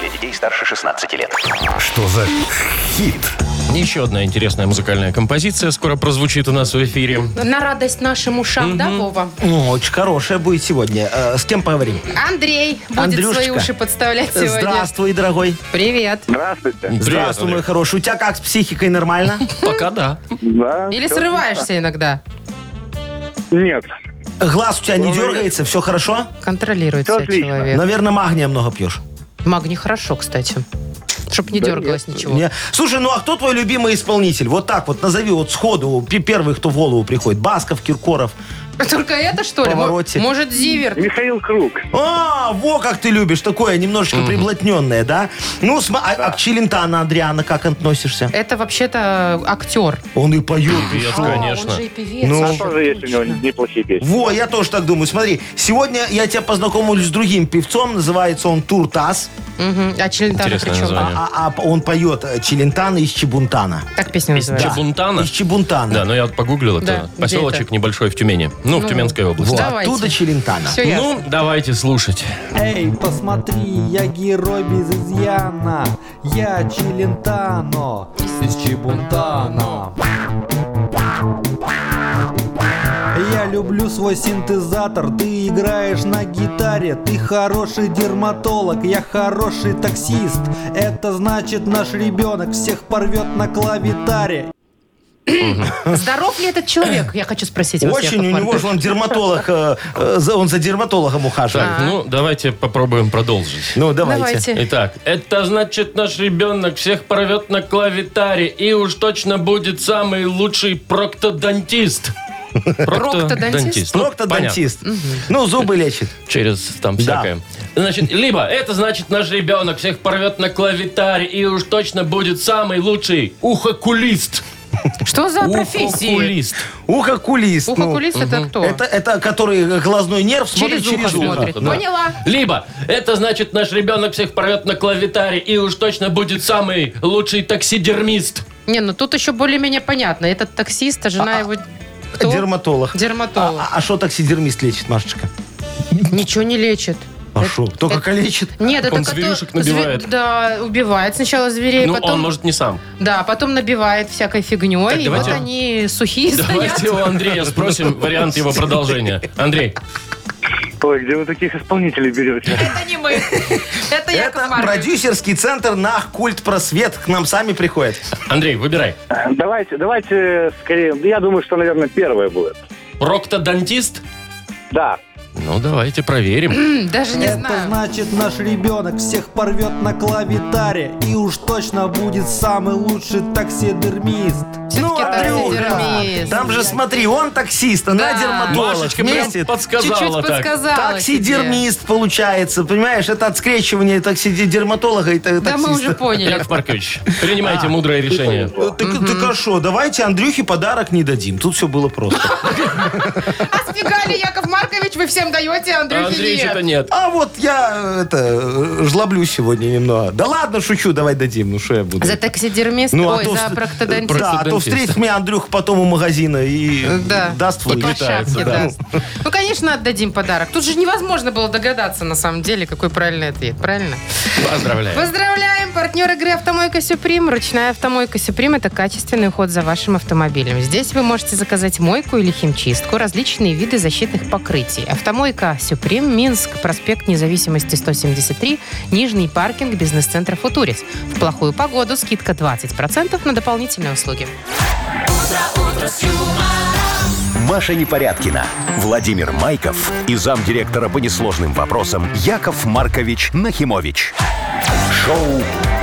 Для детей старше 16 лет. Что за хит? Еще одна интересная музыкальная композиция скоро прозвучит у нас в эфире. На радость нашим ушам, да, Вова? Ну, очень хорошая будет сегодня. Э, С кем поговорим? Андрей будет Андрюшечка. свои уши подставлять сегодня. Здравствуй, дорогой. Привет. Здравствуйте. Привет, Здравствуй, Андрей. мой хороший. У тебя как с психикой нормально? Пока да. Да, Или всё срываешься иногда? отлично. Нет. Глаз у тебя не Ну, дергается, все хорошо? Контролирует Всё себя отлично. человек. Наверное, магния много пьешь. Магний хорошо, кстати. Чтоб не дергалось ничего. Не. Слушай, ну а кто твой любимый исполнитель? Вот так вот назови вот сходу пе- первый, кто в голову приходит. Басков, Киркоров. Только это, что ли? Поворотик. Мо- Может, Зиверт? Михаил Круг. А, во как ты любишь, такое немножечко приблотненное, да? Ну, сма- а, а к Челентано, Адриана, как относишься? Это вообще-то э, актер. Он и поет. и Певец, шо. конечно. и певец. Ну. А тоже есть у него неплохие песни. Во, я тоже так думаю. Смотри, сегодня я тебя познакомлю с другим певцом, называется он Туртас, Мгм. А Челентано Интересное при чем? название. а, а он поет э, Челентано из Чебунтана. А, Так песня называется. Чебунтана. Из Чебунтана. Да, ну, но я вот погуглил а. Да, это. где Поселочек это? небольшой в Тюмени. Ну, в Тюменской Во, области. Давайте. оттуда Челентано. Все ясно. Ну, давайте слушать. Эй, посмотри, я герой без изъяна Я Челентано из Чебунтана Я люблю свой синтезатор Ты играешь на гитаре Ты хороший дерматолог Я хороший таксист Это значит наш ребенок Всех порвет на клавитаре Здоров ли этот человек? Я хочу спросить вас, Яков Очень, у него Маркович. же он дерматолог, э, э, за- он за дерматологом ухаживает. Так, ну, давайте попробуем продолжить. Ну, Давайте. Итак, это значит, наш ребенок всех порвет на клавитаре и уж точно будет самый лучший проктодонтист. Проктодонтист? Ну, Проктодонтист. Ну, зубы лечит. понятно, Через там всякое. Значит, либо это значит, наш ребенок всех порвет на клавитаре и уж точно будет самый лучший ухокулист. Что за профессия? Ухокулист. Ухо-кулист. ну. Ухокулист это кто? Это, это который глазной нерв смотрит Через ухо через ухо. смотрит. да. Поняла? Либо это значит, наш ребенок всех порвет на клавитаре и уж точно будет самый лучший таксидермист. Не, ну тут еще более-менее понятно. Этот таксист, а жена его... Кто? Дерматолог. Дерматолог. А что таксидермист лечит, Машечка? Ничего не лечит. А что? Кто как лечит? Нет, это Он как-то зверюшек набивает. зве- Да, убивает сначала зверей, ну, потом... он может не сам. Да, потом набивает всякой фигней, Так, и давайте- вот они сухие Давайте у стоят. Андрея спросим вариант его продолжения. Андрей, Ой, где вы таких исполнителей берете? Это не мы. Это Яков Это Маркович. продюсерский центр на культ просвет. К нам сами приходят. Андрей, выбирай. Давайте, давайте скорее. Я думаю, что, наверное, первое будет. Проктодонтист? Да. Ну, давайте проверим. М, Даже не Это знаю. значит наш ребенок всех порвет на клавитаре И уж точно будет самый лучший таксидермист Все-таки Андрюха, таксидермист. Ну, там же, смотри, он таксист, она Да. дерматолог. Машечка прям Вместе подсказала Чуть-чуть так. подсказала тебе. таксидермист получается, понимаешь? Это от скрещивания такси- дерматолога и та- Да мы уже таксиста. поняли. Яков Маркович, принимайте мудрое решение. Э, Так, так а шо, давайте Андрюхе подарок не дадим. Тут все было просто. А сбегали, Яков Маркович, вы всем даете, А Андрюхе Андреевича-то нет. нет. А вот я э, это э, жлоблю сегодня немного. Да ладно, шучу, давай дадим. Ну что я буду? За таксидермист, Ну, а ой, то за ст- проктодонтиста. Да, а то Дантиста. встретит меня Андрюха потом у магазина и э, Да. даст По выигрыш. Отлетается, шапке да. даст. Ну, конечно, отдадим подарок. Тут же невозможно было догадаться, на самом деле, какой правильный ответ, правильно? Поздравляю. Поздравляем! Партнер игры «Автомойка Сюприм». Ручная «Автомойка Сюприм» — это качественный уход за вашим автомобилем. Здесь вы можете заказать мойку или химчистку, различные виды защитных покрытий. «Автомойка Сюприм», Минск, проспект Независимости 173, Нижний паркинг, бизнес-центр «Футурис». В плохую погоду скидка 20% на дополнительные услуги. Маша Непорядкина, Владимир Майков и замдиректора по несложным вопросам Яков Маркович Нахимович. Шоу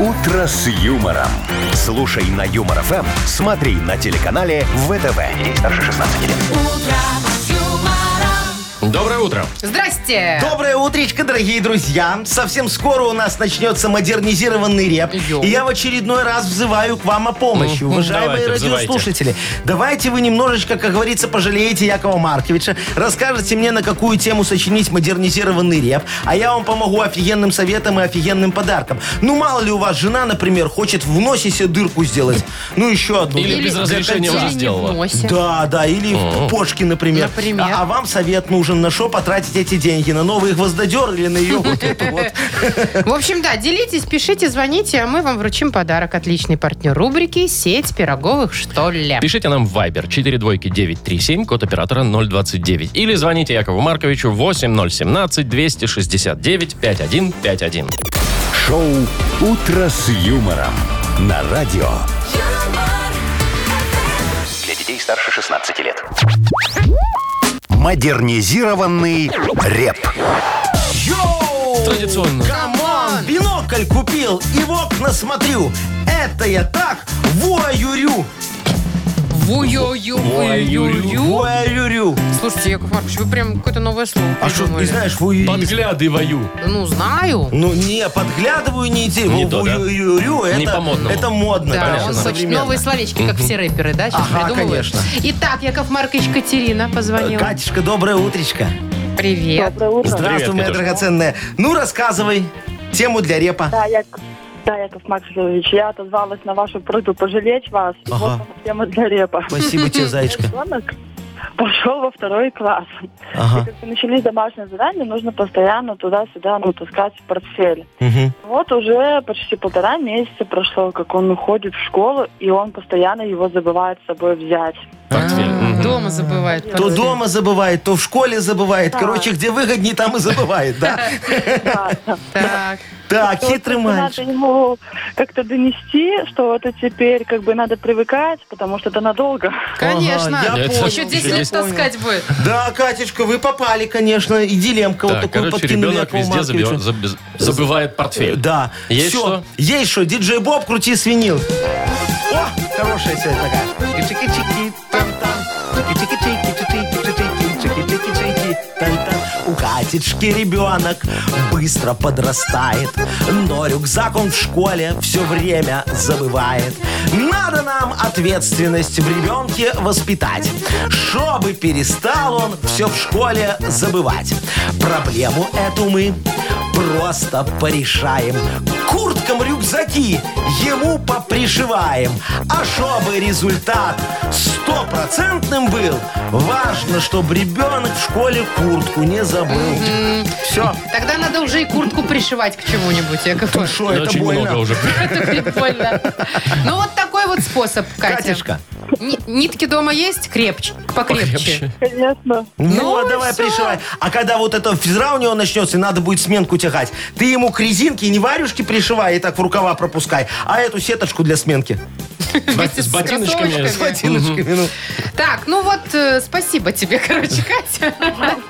«Утро с юмором». Слушай на Юмор ФМ, смотри на телеканале ВТВ. Ей старше 16 лет. Доброе утро. Здрасте! Доброе утречко, дорогие друзья. Совсем скоро у нас начнется модернизированный реп. Йоу. И я в очередной раз взываю к вам о помощи, Мгм. уважаемые Ну, Давайте, взывайте. радиослушатели. Давайте вы немножечко, как говорится, пожалеете Якова Марковича, расскажете мне, на какую тему сочинить модернизированный реп, а я вам помогу офигенным советом и офигенным подарком. Ну, мало ли у вас жена, например, хочет в носе себе дырку сделать. Ну, еще одну. Или без Для разрешения контента. уже Или не в сделала. носе. Да, да, или в почки, например. Например. А, а вам совет нужен, на что потратить эти деньги? На новый гвоздодер или на ее вот эту вот? В общем, да, делитесь, пишите, звоните, а мы вам вручим подарок. Отличный партнер рубрики «Сеть пироговых, что ли». Пишите нам в Viber 42937, код оператора 029. Или звоните Якову Марковичу 8017-269-5151. Шоу «Утро с юмором» на радио. Для детей старше 16 лет. Модернизированный реп. Йоу! Традиционно. Камон! Бинокль купил и в окна смотрю. Это я так воюрю. Вую-ю, вую-ю. Воюрю. Слушайте, Яков Маркович, вы прям какое-то новое слово А что, придумали. не знаешь, воюрю? Подглядываю. Ну, знаю. Ну, не, подглядываю не идею. Не то, да? Воюрю, Не это, по-модному. это модно, Да, конечно, он хочет ну, современно. новые словечки, как все рэперы, да, сейчас Ага, придумывают. конечно. Итак, Яков Маркович Катерина позвонила. Катюшка, доброе утречко. Привет. Доброе утро. Здравствуй, Привет, моя Катюш. драгоценная. Ну, рассказывай тему для репа. Да, я... Да, Яков Максимович, я отозвалась на вашу просьбу пожалеть вас. И Ага. Вот вам тема для репа. Спасибо тебе, зайчка. Ребенок пошел во второй класс. И А. Ага. как начались домашние задания, нужно постоянно туда-сюда ну, таскать портфель. Мгм. Вот уже почти полтора месяца прошло, как он уходит в школу, и он постоянно его забывает с собой взять. Портфель. А, Мгм. Дома забывает. То портфель. дома забывает, то в школе забывает. Да. Короче, где выгоднее, там и забывает, да? Да. Так. Так, Вот хитрый просто мальчик. Надо ему как-то донести, что это теперь как бы надо привыкать, потому что это надолго. Конечно. я понял. Еще 10 Я лет понял. таскать будет. Да, Катюшка, вы попали, конечно, и дилемка вот Так, такую короче, подкинули ребенок Якову везде Марковичу. забива- забез- забывает Э, портфель. Да. Есть Всё. что? Есть что. Диджей Боб, крути свинил. О, хорошая сегодня такая. Чики-чики, там-там. Чики-чики-чики-чики-чики-чики, чики-чики-чики, там-там. У Катечки ребенок быстро подрастает, но рюкзак он в школе все время забывает. Надо нам ответственность в ребенке воспитать, чтобы перестал он все в школе забывать. Проблему эту мы просто порешаем. К курткам рюкзаки ему попришиваем. А чтобы результат стопроцентным был, важно, чтобы ребенок в школе куртку не забыл. Все. Тогда надо уже и куртку пришивать к чему-нибудь, Яков Маркович. Что, Да это Ну, Очень больно? много уже. Это прикольно. Ну, вот такой вот способ, Катя. Катюшка. Ни- Нитки дома есть? Крепче. Покрепче. Покрепче. Конечно. Ну, Ну и давай всё. пришивай. А когда вот эта физра у него начнется, и надо будет сменку тягать, ты ему к резинке не варюшки пришивай и так в рукава пропускай, а эту сеточку для сменки. Вместе С ботиночками. кроссовочками. С Ботиночками, ну. Так, ну вот, э, спасибо тебе, короче, Катя.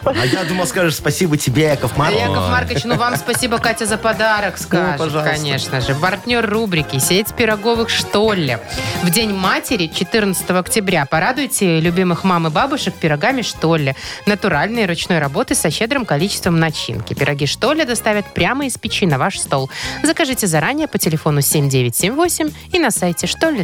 А я думал, скажешь спасибо тебе, Яков Маркович. Яков Маркович, ну вам спасибо, Катя, за подарок скажет, пожалуйста. конечно же. Партнер рубрики «Сеть пироговых что ли». В День матери 14 октября порадуйте любимых мам и бабушек пирогами что ли. Натуральной ручной работы со щедрым количеством начинки. Пироги что ли доставят прямо из печи на ваш стол. Закажите заранее по телефону 7978 и на сайте что ли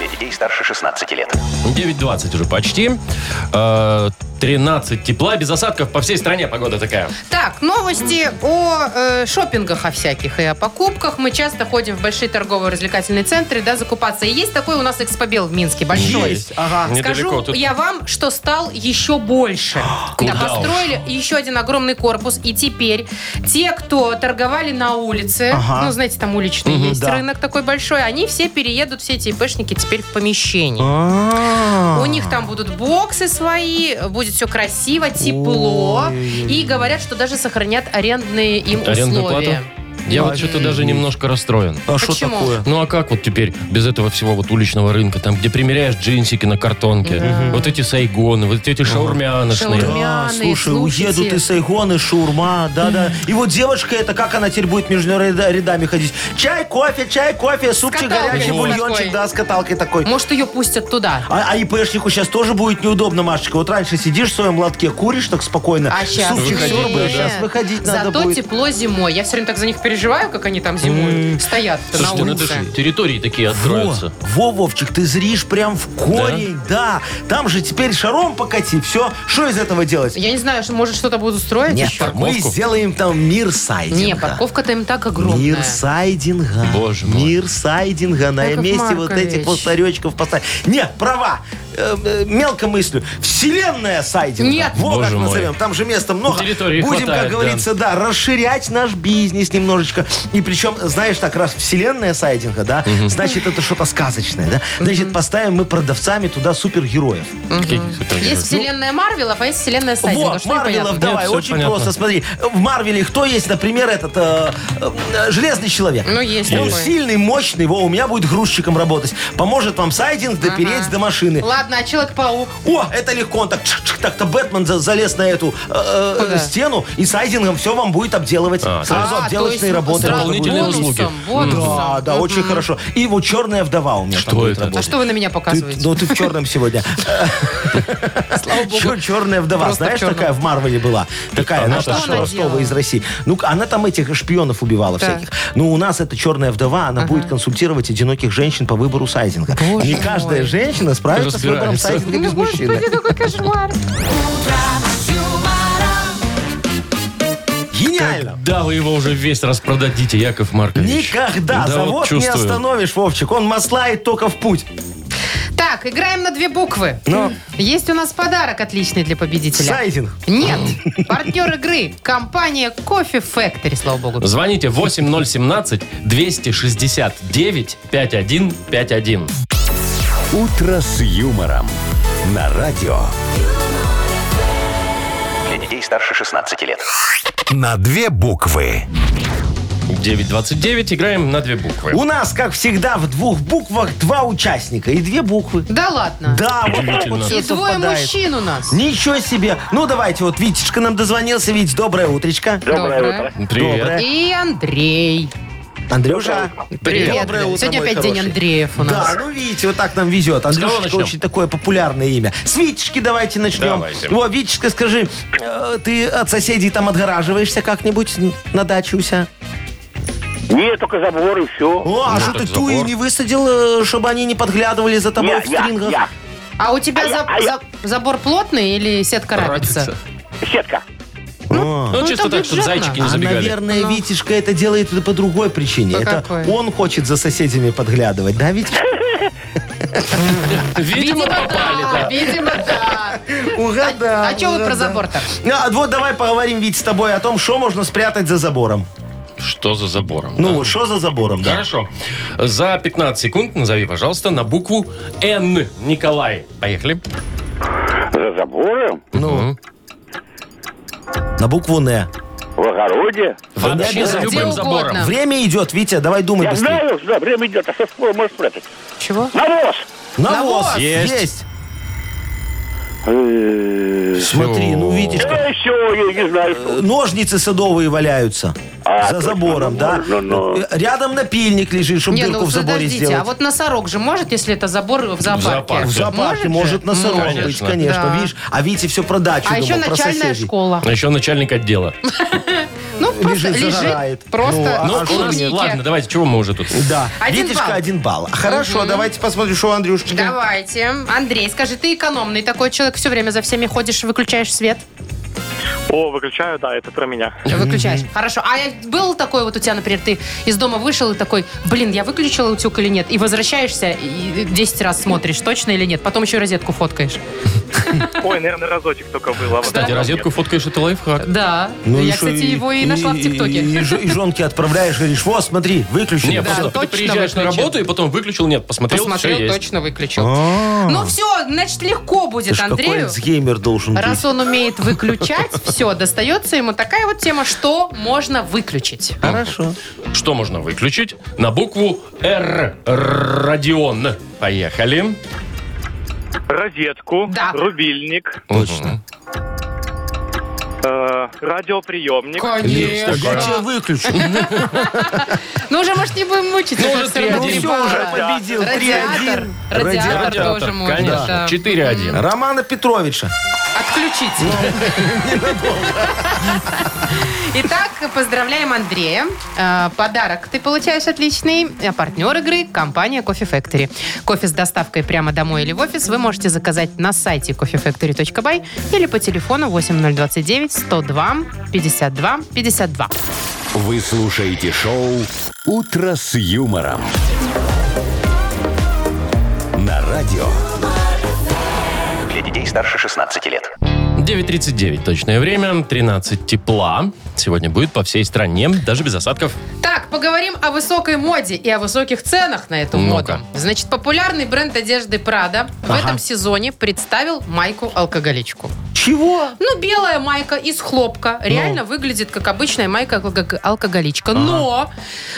Для детей старше 16 лет. 9.20 Ну, уже почти. Э, 13 тепла, без осадков. По всей стране погода такая. Так, новости о э, шопингах о всяких и о покупках. Мы часто ходим в большие торгово-развлекательные центры, да, закупаться. И есть такой у нас экспобел в Минске, большой. Есть. Ага. Недалеко Скажу тут. я вам, что стал еще больше. Куда да, построили еще один огромный корпус. И теперь те, кто торговали на улице, ну, знаете, там уличный Мгм, есть да. рынок такой большой, они все переедут, все эти ИПшники теперь в помещение. А. У них там будут боксы свои, будет все красиво, тепло. И говорят, что даже сохранят арендные им Арендную условия. Я вот что-то даже немножко расстроен. А что Почему? такое? Ну а как вот теперь без этого всего вот уличного рынка, там, где примеряешь джинсики на картонке, вот эти сайгоны, вот эти шаурмяночные. Шаурмя. Да, Румяные, А, слушай, слушайте. уедут и Сайгон, и Шурма, да-да. И вот девочка это, как она теперь будет между ряда- рядами ходить? Чай, кофе, чай, кофе, супчик, каталкой горячий такой. бульончик, да, с каталкой такой. Может, ее пустят туда. А, а ИПшнику сейчас тоже будет неудобно, Машечка. Вот раньше сидишь в своем лотке, куришь так спокойно. А сейчас Супчик выходить сёрбаешь, надо. сейчас выходить надо Зато будет. тепло зимой. Я все время так за них переживаю, как они там зимой стоят на Слушайте, ну это улице. же территории такие откроются. Во, Вовчик, ты зришь прям в корень, да. Там же теперь шаром покати, все. Что из этого делать? Я не знаю, что, может, что-то будут строить Нет, еще? мы парковку? сделаем там мир сайдинга. Не, парковка-то им так огромная. Мир сайдинга. Боже мой. Мир сайдинга. На Яков месте вот Маркович. этих вот ларечков поставить. Не, права. Э, э, мелко мыслю. Вселенная сайдинга. Нет. Во Боже как мой. назовем. Там же места много. Территории Будем, хватает, как говорится, да. расширять наш бизнес немножечко. И причем, знаешь, так раз вселенная сайдинга, да, значит, это что-то сказочное, да. Значит, поставим мы продавцами туда супергероев. Какие супергерои. Есть вселенная Марвелов, а есть вселенная Сайдинга. Ну. Вот, а что непонятно? Марвелов, давай, Нет, всё очень понятно. просто, смотри. В Марвеле кто есть, например, этот э, э, Железный Человек? Ну, есть Он такое. сильный, мощный, во, у меня будет грузчиком работать. Поможет вам сайдинг допереть до машины. Ладно, а Человек-паук? О, это легко, он так чик-чик, так-то Бэтмен за- залез на эту э, э, Куда? стену и сайдингом все вам будет обделывать. А, Сразу А, Ну то обделочные есть работы. сразу можно будет. Дополнительные бонусом, услуги. бонусом. Да, да, очень хорошо. И вот черная вдова у меня Что там будет это? А работать. что вы на меня Ты- показываете? ну, ты в черном сегодня. Слава богу. Черная вдова, Просто в знаешь, чёрном. такая в Марвеле была. Такая, ну, Она наша что она Ростова делала? из России. Ну, она там этих шпионов убивала Так. всяких. Ну, у нас эта черная вдова, она будет консультировать одиноких женщин по выбору сайдинга. Боже Не мой. каждая женщина справится с выбором Разбирается. сайдинга без Ну, господи, мужчины. какой кошмар. Гениально! Да, вы его уже весь распродадите, Яков Маркович. Никогда Да завод вот не чувствую. остановишь, Вовчик. Он маслает только в путь. Так, играем на две буквы. Ну. Есть у нас подарок отличный для победителя. Сайдинг. Нет. Партнер игры. Компания Кофе Factory, слава богу. Звоните 8017-269-5151. «Утро с юмором» на радио. Для детей старше 16 лет. На две буквы. 929. Играем на две буквы. У нас, как всегда, в двух буквах два участника и две буквы. Да ладно. Да, вот так вот Удивительно. все И двое совпадает. мужчин у нас. Ничего себе. Ну, давайте, вот Витечка нам дозвонился. Вить, доброе утречко. Доброе Доброе. утро. Привет. Доброе. И Андрей. Андрюша. Доброе утро, Сегодня мой опять день хороший. Андреев у нас. Да, ну видите, вот так нам везет. кого Андрюшечка начнем? очень такое популярное имя. С Витечки давайте начнем. Давайте. О, Витечка, скажи, э, ты от соседей там отгораживаешься как-нибудь на даче у себя? Нет, только забор и все. О, а Ну, что так ты забор. туи не высадил, э, чтобы они не подглядывали за тобой Я, в я, стрингах? я. А у тебя А я- за- а за- я- забор плотный или сетка рабица? Сетка. Ну, Ну, чисто это так, чтобы бюджетно. зайчики не А, забегали. наверное, Витишка это делает по другой причине. Ну. По это какой? он хочет за соседями подглядывать, да, Витечка? Видимо, попали, да. Видимо, да. Угадал. А что вы про угадал. забор-то? Ну, а вот давай поговорим, Вить, с тобой о том, что можно спрятать за забором. Что за забором? Ну, да? вот что за забором, да? Хорошо. За 15 секунд назови, пожалуйста, на букву Н. Николай. Поехали. За забором? Ну. На букву «Н». Во, огороде. Вообще да, за да. любым Где забором. угодно. Время идет, Витя, давай думай Я быстрее. знаю, да, время идет, а что скоро может спрятать? Чего? Навоз! Навоз Есть. есть. Э, Смотри, ну Витечка, Да и все, я не знаю, что. э, ножницы садовые валяются. А, за точно, забором, ну, да? можно, но- Э, Рядом напильник лежит, чтобы Не, дырку ну в заборе подождите, сделать. а вот носорог же может, если это забор в зоопарке? зоопарке. В зоопарке же? может, носорог Конечно. быть, конечно, Да. видишь? А Витя все про дачу А думал, еще про начальная соседей. школа. А еще начальник отдела. Ну, просто Лежит, лежит, загорает. Ну, просто а- Ну, в у нас, клубнике. ладно, давайте, чего мы уже тут? Да. Один Витечка, балл. один балл. Хорошо, давайте посмотрим, что у Андрюшечки. Давайте. Андрей, скажи, ты экономный такой человек, все время за всеми ходишь, выключаешь свет? О, выключаю, да, это про меня. Выключаешь. Хорошо. А был такой вот у тебя, например, ты из дома вышел и такой, блин, я выключила утюг или нет? И возвращаешься и 10 раз смотришь, точно или нет? Потом еще розетку фоткаешь. Ой, наверное, разочек только а было. Кстати, розетку фоткаешь, это лайфхак. Да. я, шо, кстати, его и нашла в ТикТоке. Ну, И, ж- и жонке отправляешь, говоришь, вот, смотри, выключи. Не, Да, просто ты точно приезжаешь на выключил. работу и потом выключил, нет, посмотрел, Посмотрел, все есть. точно выключил. Ну все, значит, легко А. Ты будет ж какой Андрею. геймер должен Раз быть. он умеет выключать, все, достается ему такая вот тема, что можно выключить. Хорошо. Что можно выключить? На букву Р. Р- Родион. Поехали. Розетку, Да. рубильник, Точно. э, радиоприемник. Я тебя выключу. Ну уже, может, не будем мучить. Ну, уже уже всё равно три-один. три балла. Все, уже победил. Радиатор. 3-1. Радиатор Радиатор, тоже можно. конечно. да. 4-1. Романа Петровича. Отключить. Итак, поздравляем Андрея. Э, Подарок ты получаешь отличный. А партнер игры – компания Coffee Factory. Кофе с доставкой прямо домой или в офис вы можете заказать на сайте coffeefactory.by или по телефону 8029 102 52 52. Вы слушаете шоу «Утро с юмором». На радио. Для детей старше 16 лет. 9.39 точное время, 13 тепла. Сегодня будет по всей стране, даже без осадков. Так, поговорим о высокой моде и о высоких ценах на эту Ну-ка. моду. Значит, популярный бренд одежды Prada в этом сезоне представил майку-алкоголичку. Чего? Ну, белая майка из хлопка. Ну. Реально выглядит как обычная майка-алкоголичка. Но,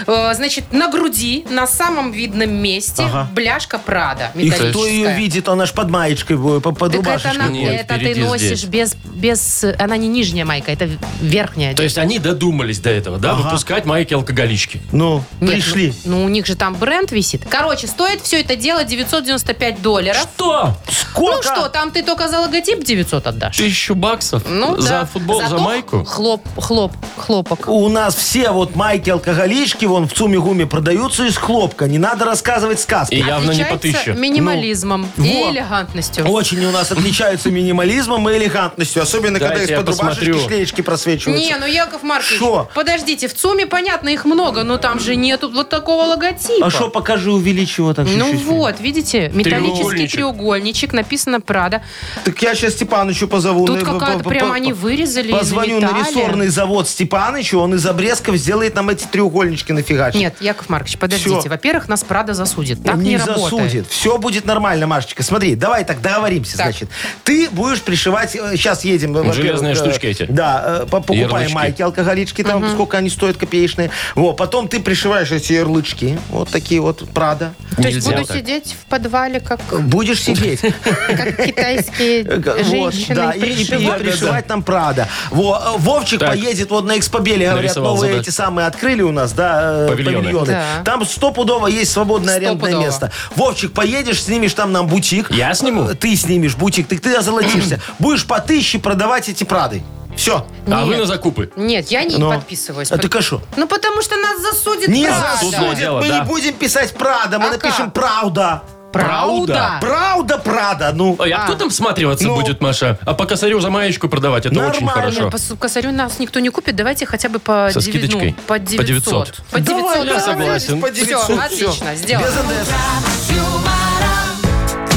э, значит, на груди, на самом видном месте, Ага. бляшка Прада И кто ее металлическая. видит, она ж под маечкой, э, по- под Так это, рубашечкой. она, Ну, Нет, это ты впереди носишь здесь. без, без... э, Она не нижняя майка, это верхняя. То есть они додумались до этого, да, выпускать майки-алкоголички. Ну, Нет, пришли. Ну, ну, у них же там бренд висит. Короче, стоит все это дело 995 долларов. Что? Сколько? Ну что, там ты только за логотип 900 отдашь. Тысячу баксов? Ну, за да. футбол, за Зато майку? Хлоп, хлоп, хлопок. У нас все вот майки-алкоголички вон в ЦУМе-ГУМе продаются из хлопка. Не надо рассказывать сказки. И явно не по Отличается Ну, тысяче. минимализмом и во. элегантностью. Очень у нас отличаются минимализмом и элегантностью. Особенно, когда Дайте я из-под рубашечки посмотрю. шлеечки просвечиваются. А Не, ну Яков Маркович, Шо? подождите, в ЦУМе, понятно, их много, но там же нету вот такого логотипа. А что, покажи, увеличь его так типа. Ну чуть-чуть. вот, видите, металлический Треугольничек. треугольничек, написано Прада. Так я сейчас Степанычу позову. Тут Ну, какая-то по- по- прям по- они вырезали и Позвоню на наметали. рессорный завод Степанычу, он из обрезков сделает нам эти треугольнички нафигачить. Нет, Яков Маркович, подождите. Всё. Во-первых, нас Прада засудит. Так не, не работает. засудит. Все будет нормально, Машечка. Смотри, давай так договоримся, Так. значит. Ты будешь пришивать... Сейчас едем. во-первых, Железные э, штучки эти. Да, э, по- покупаем Ярлычки. майки алкоголички, там сколько они стоят, копеечные. Вот, потом ты пришиваешь эти ярлычки, вот такие вот, Прада. То есть Нельзя буду так. сидеть в подвале, как, Будешь сидеть. как китайские Э, г- вот, женщины. да, и, и- и пришивают. пришивать нам Прада. Во, э, Вовчик Так. поедет вот на экспобеле, говорят, Нарисовал новые задачу. эти самые открыли у нас, да, э, Павильоны. павильоны. Да. Там стопудово есть свободное арендное Стопудово. место. Вовчик, поедешь, снимешь там нам бутик. Я сниму? Э, Ты снимешь бутик, ты, ты озолотишься. Будешь по тысяче продавать эти Прады. Все. А вы Нет. на закупы. Нет, я не Но. А подписываюсь. Это кашо. Ну, потому что нас засудит Не Прада. Судное засудят, дело, мы да. не будем писать Прада, мы А напишем как? Прауда. Прауда. Прауда, Прада, ну. Ой, а кто там всматриваться Ну. будет, Маша? А по косарю за маечку продавать, это очень Нормально, хорошо. По су- косарю нас никто не купит. Давайте хотя бы по, Со девяну- скидочкой. по По 900. 900. По 900. Давай, я долларов. согласен. По Всё, 900, всё. отлично, сделано. Без НДС.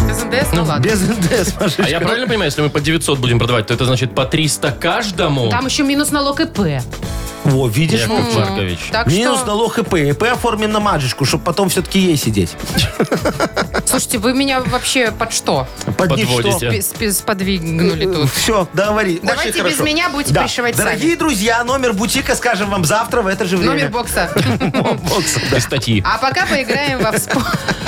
Без НДС, ну ладно. Без НДС, Машечка. А я правильно понимаю, если мы по 900 будем продавать, то это значит по 300 каждому? Там еще минус налог ИП. Во, видишь, Яков Вовчик? Маркович. Так Минус что налог ИП. ИП оформим на мажечку, чтобы потом все-таки ей сидеть. Слушайте, вы меня вообще под что? Подводите. Спи- спи- Сподвигнули тут. Все, говори. Давайте Очень без хорошо. меня будете Да. пришивать Дорогие друзья, номер бутика скажем вам завтра в это же время. Номер бокса. бокса. Без статьи. А пока поиграем во вспо-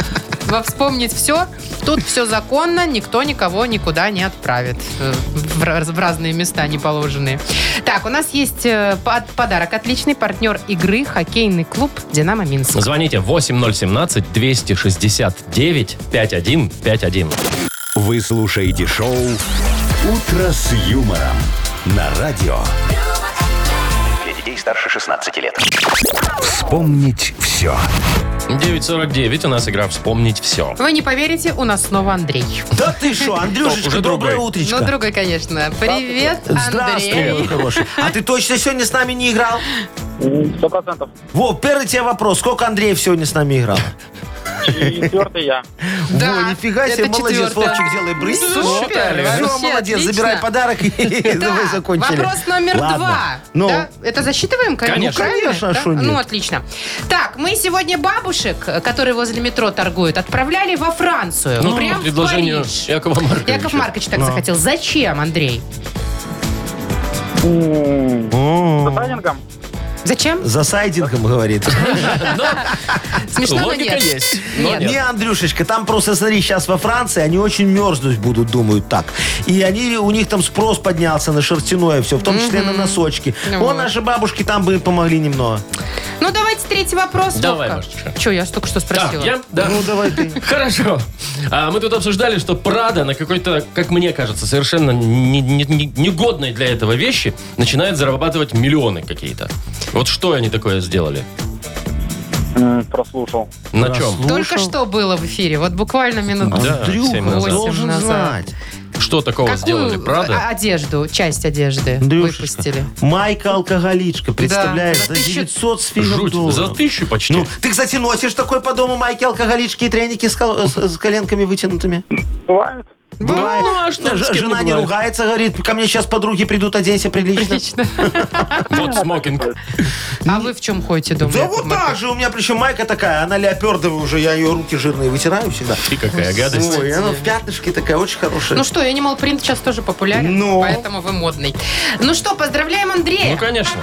во вспомнить все. Тут все законно, никто никого никуда не отправит. э, В, раз- в разные места не положенные. Так, у нас есть э, под- подарок. Отличный партнер игры хоккейный клуб «Динамо Минск». Звоните 8017-269-5151. Вы слушаете шоу «Утро с юмором» на радио. Для детей старше 16 лет. Вспомнить все. 949 у нас игра «Вспомнить все». Вы не поверите, у нас снова Андрей. Да ты что, О, уже Андрюшечка, доброе другой. утречко. Ну, другой, конечно. Привет, Здравствуй, мой Андрей. хороший. А ты точно сегодня с нами не играл? Сто процентов. Во, первый тебе вопрос. Сколько Андреев сегодня с нами играл? Четвертый я. Да, Во, нифига себе, это молодец, четвертое. Вовчик, делай брысь. Супер, Все, вообще молодец, отлично. забирай подарок и Да, давай закончили. Вопрос номер Ладно. два. Ну, Да? Это засчитываем, Конечно. правильно? Конечно, а Да? шо нет? Ну, отлично. Так, мы сегодня бабушек, которые возле метро торгуют, отправляли во Францию. Ну, прям в предложение Париж. Якова Марковича. Яков Маркович Ну. так захотел. Зачем, Андрей? С дайвингом? Зачем? за сайдингом говорит. Смешно, но Логика нет. есть, но Нет. нет. Не, Андрюшечка, там просто, смотри, сейчас во Франции они очень мерзнуть будут, думают так. И они, у них там спрос поднялся на шерстяное все, в том числе на носочки. Ну вот. Вон наши бабушки там бы помогли немного. Ну, давайте третий вопрос, Давай, Вовка. Машечка. Че, я столько что Да, спросила? я? Да. Ну, давай ты. Хорошо. А, мы тут обсуждали, что Прада на какой-то, как мне кажется, совершенно не- не- не- негодной для этого вещи начинает зарабатывать миллионы какие-то. Вот что они такое сделали? М, Прослушал. На чем? Только что было в эфире, вот буквально минут Да, Андрюха, семь назад. должен Восемь назад. знать. Что такого Какую а, сделали, о- Прада? одежду, часть одежды Андрюшечка. выпустили? Майка алкоголичка, представляешь, за за тысячу- 900 а, с фигом Жуть, долларов. за тысячу почти. Ну, ты, кстати, носишь такой по дому майки алкоголички и треники с, кол- с- с коленками вытянутыми? Бывает? Бывает. а что, с Ж- кем не жена не, бывает. ругается, говорит, ко мне сейчас подруги придут, оденься прилично. Отлично. вот смокинг. А вы в чем ходите дома? Да Яков вот Маркович? так же, у меня причем майка такая, она леопердовая уже, я ее руки жирные вытираю всегда. И какая гадость. Ой, она в пятнышке такая, очень хорошая. Ну что, анимал принт сейчас тоже популярен, Ну. поэтому вы модный. Ну что, поздравляем Ну, Андрея. конечно.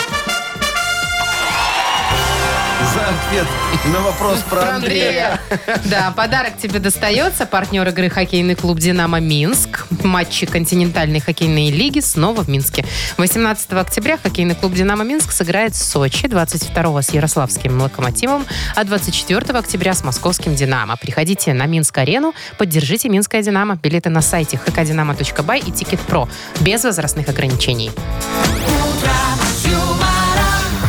За ответ на вопрос про Ну, Андрея. Да, подарок тебе достается. Партнер игры хоккейный клуб «Динамо Минск». Матчи континентальной хоккейной лиги снова в Минске. 18 октября хоккейный клуб «Динамо Минск» сыграет в Сочи, 22 с Ярославским «Локомотивом», а 24 октября с московским «Динамо». Приходите на Минск-арену, поддержите «Минское Динамо». Билеты на сайте hkdinamo.by и «Тикет.Про» без возрастных ограничений.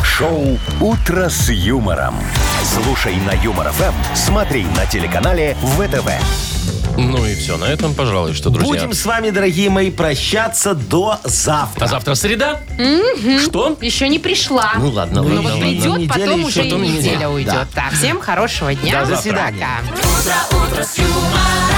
Шоу «Утро с юмором». Слушай на Юмор ФМ, смотри на телеканале ВТВ. Ну и все, на этом, пожалуй, что, друзья. Будем с вами, дорогие мои, прощаться до завтра. А завтра среда? Что? Еще не пришла. Ну ладно, Но ладно, вот ладно. придет, Неделя потом еще уже и потом и неделя неделя. уйдет. Да. Так, всем хорошего дня. До завтра. Пока. Утро, утро с юмором.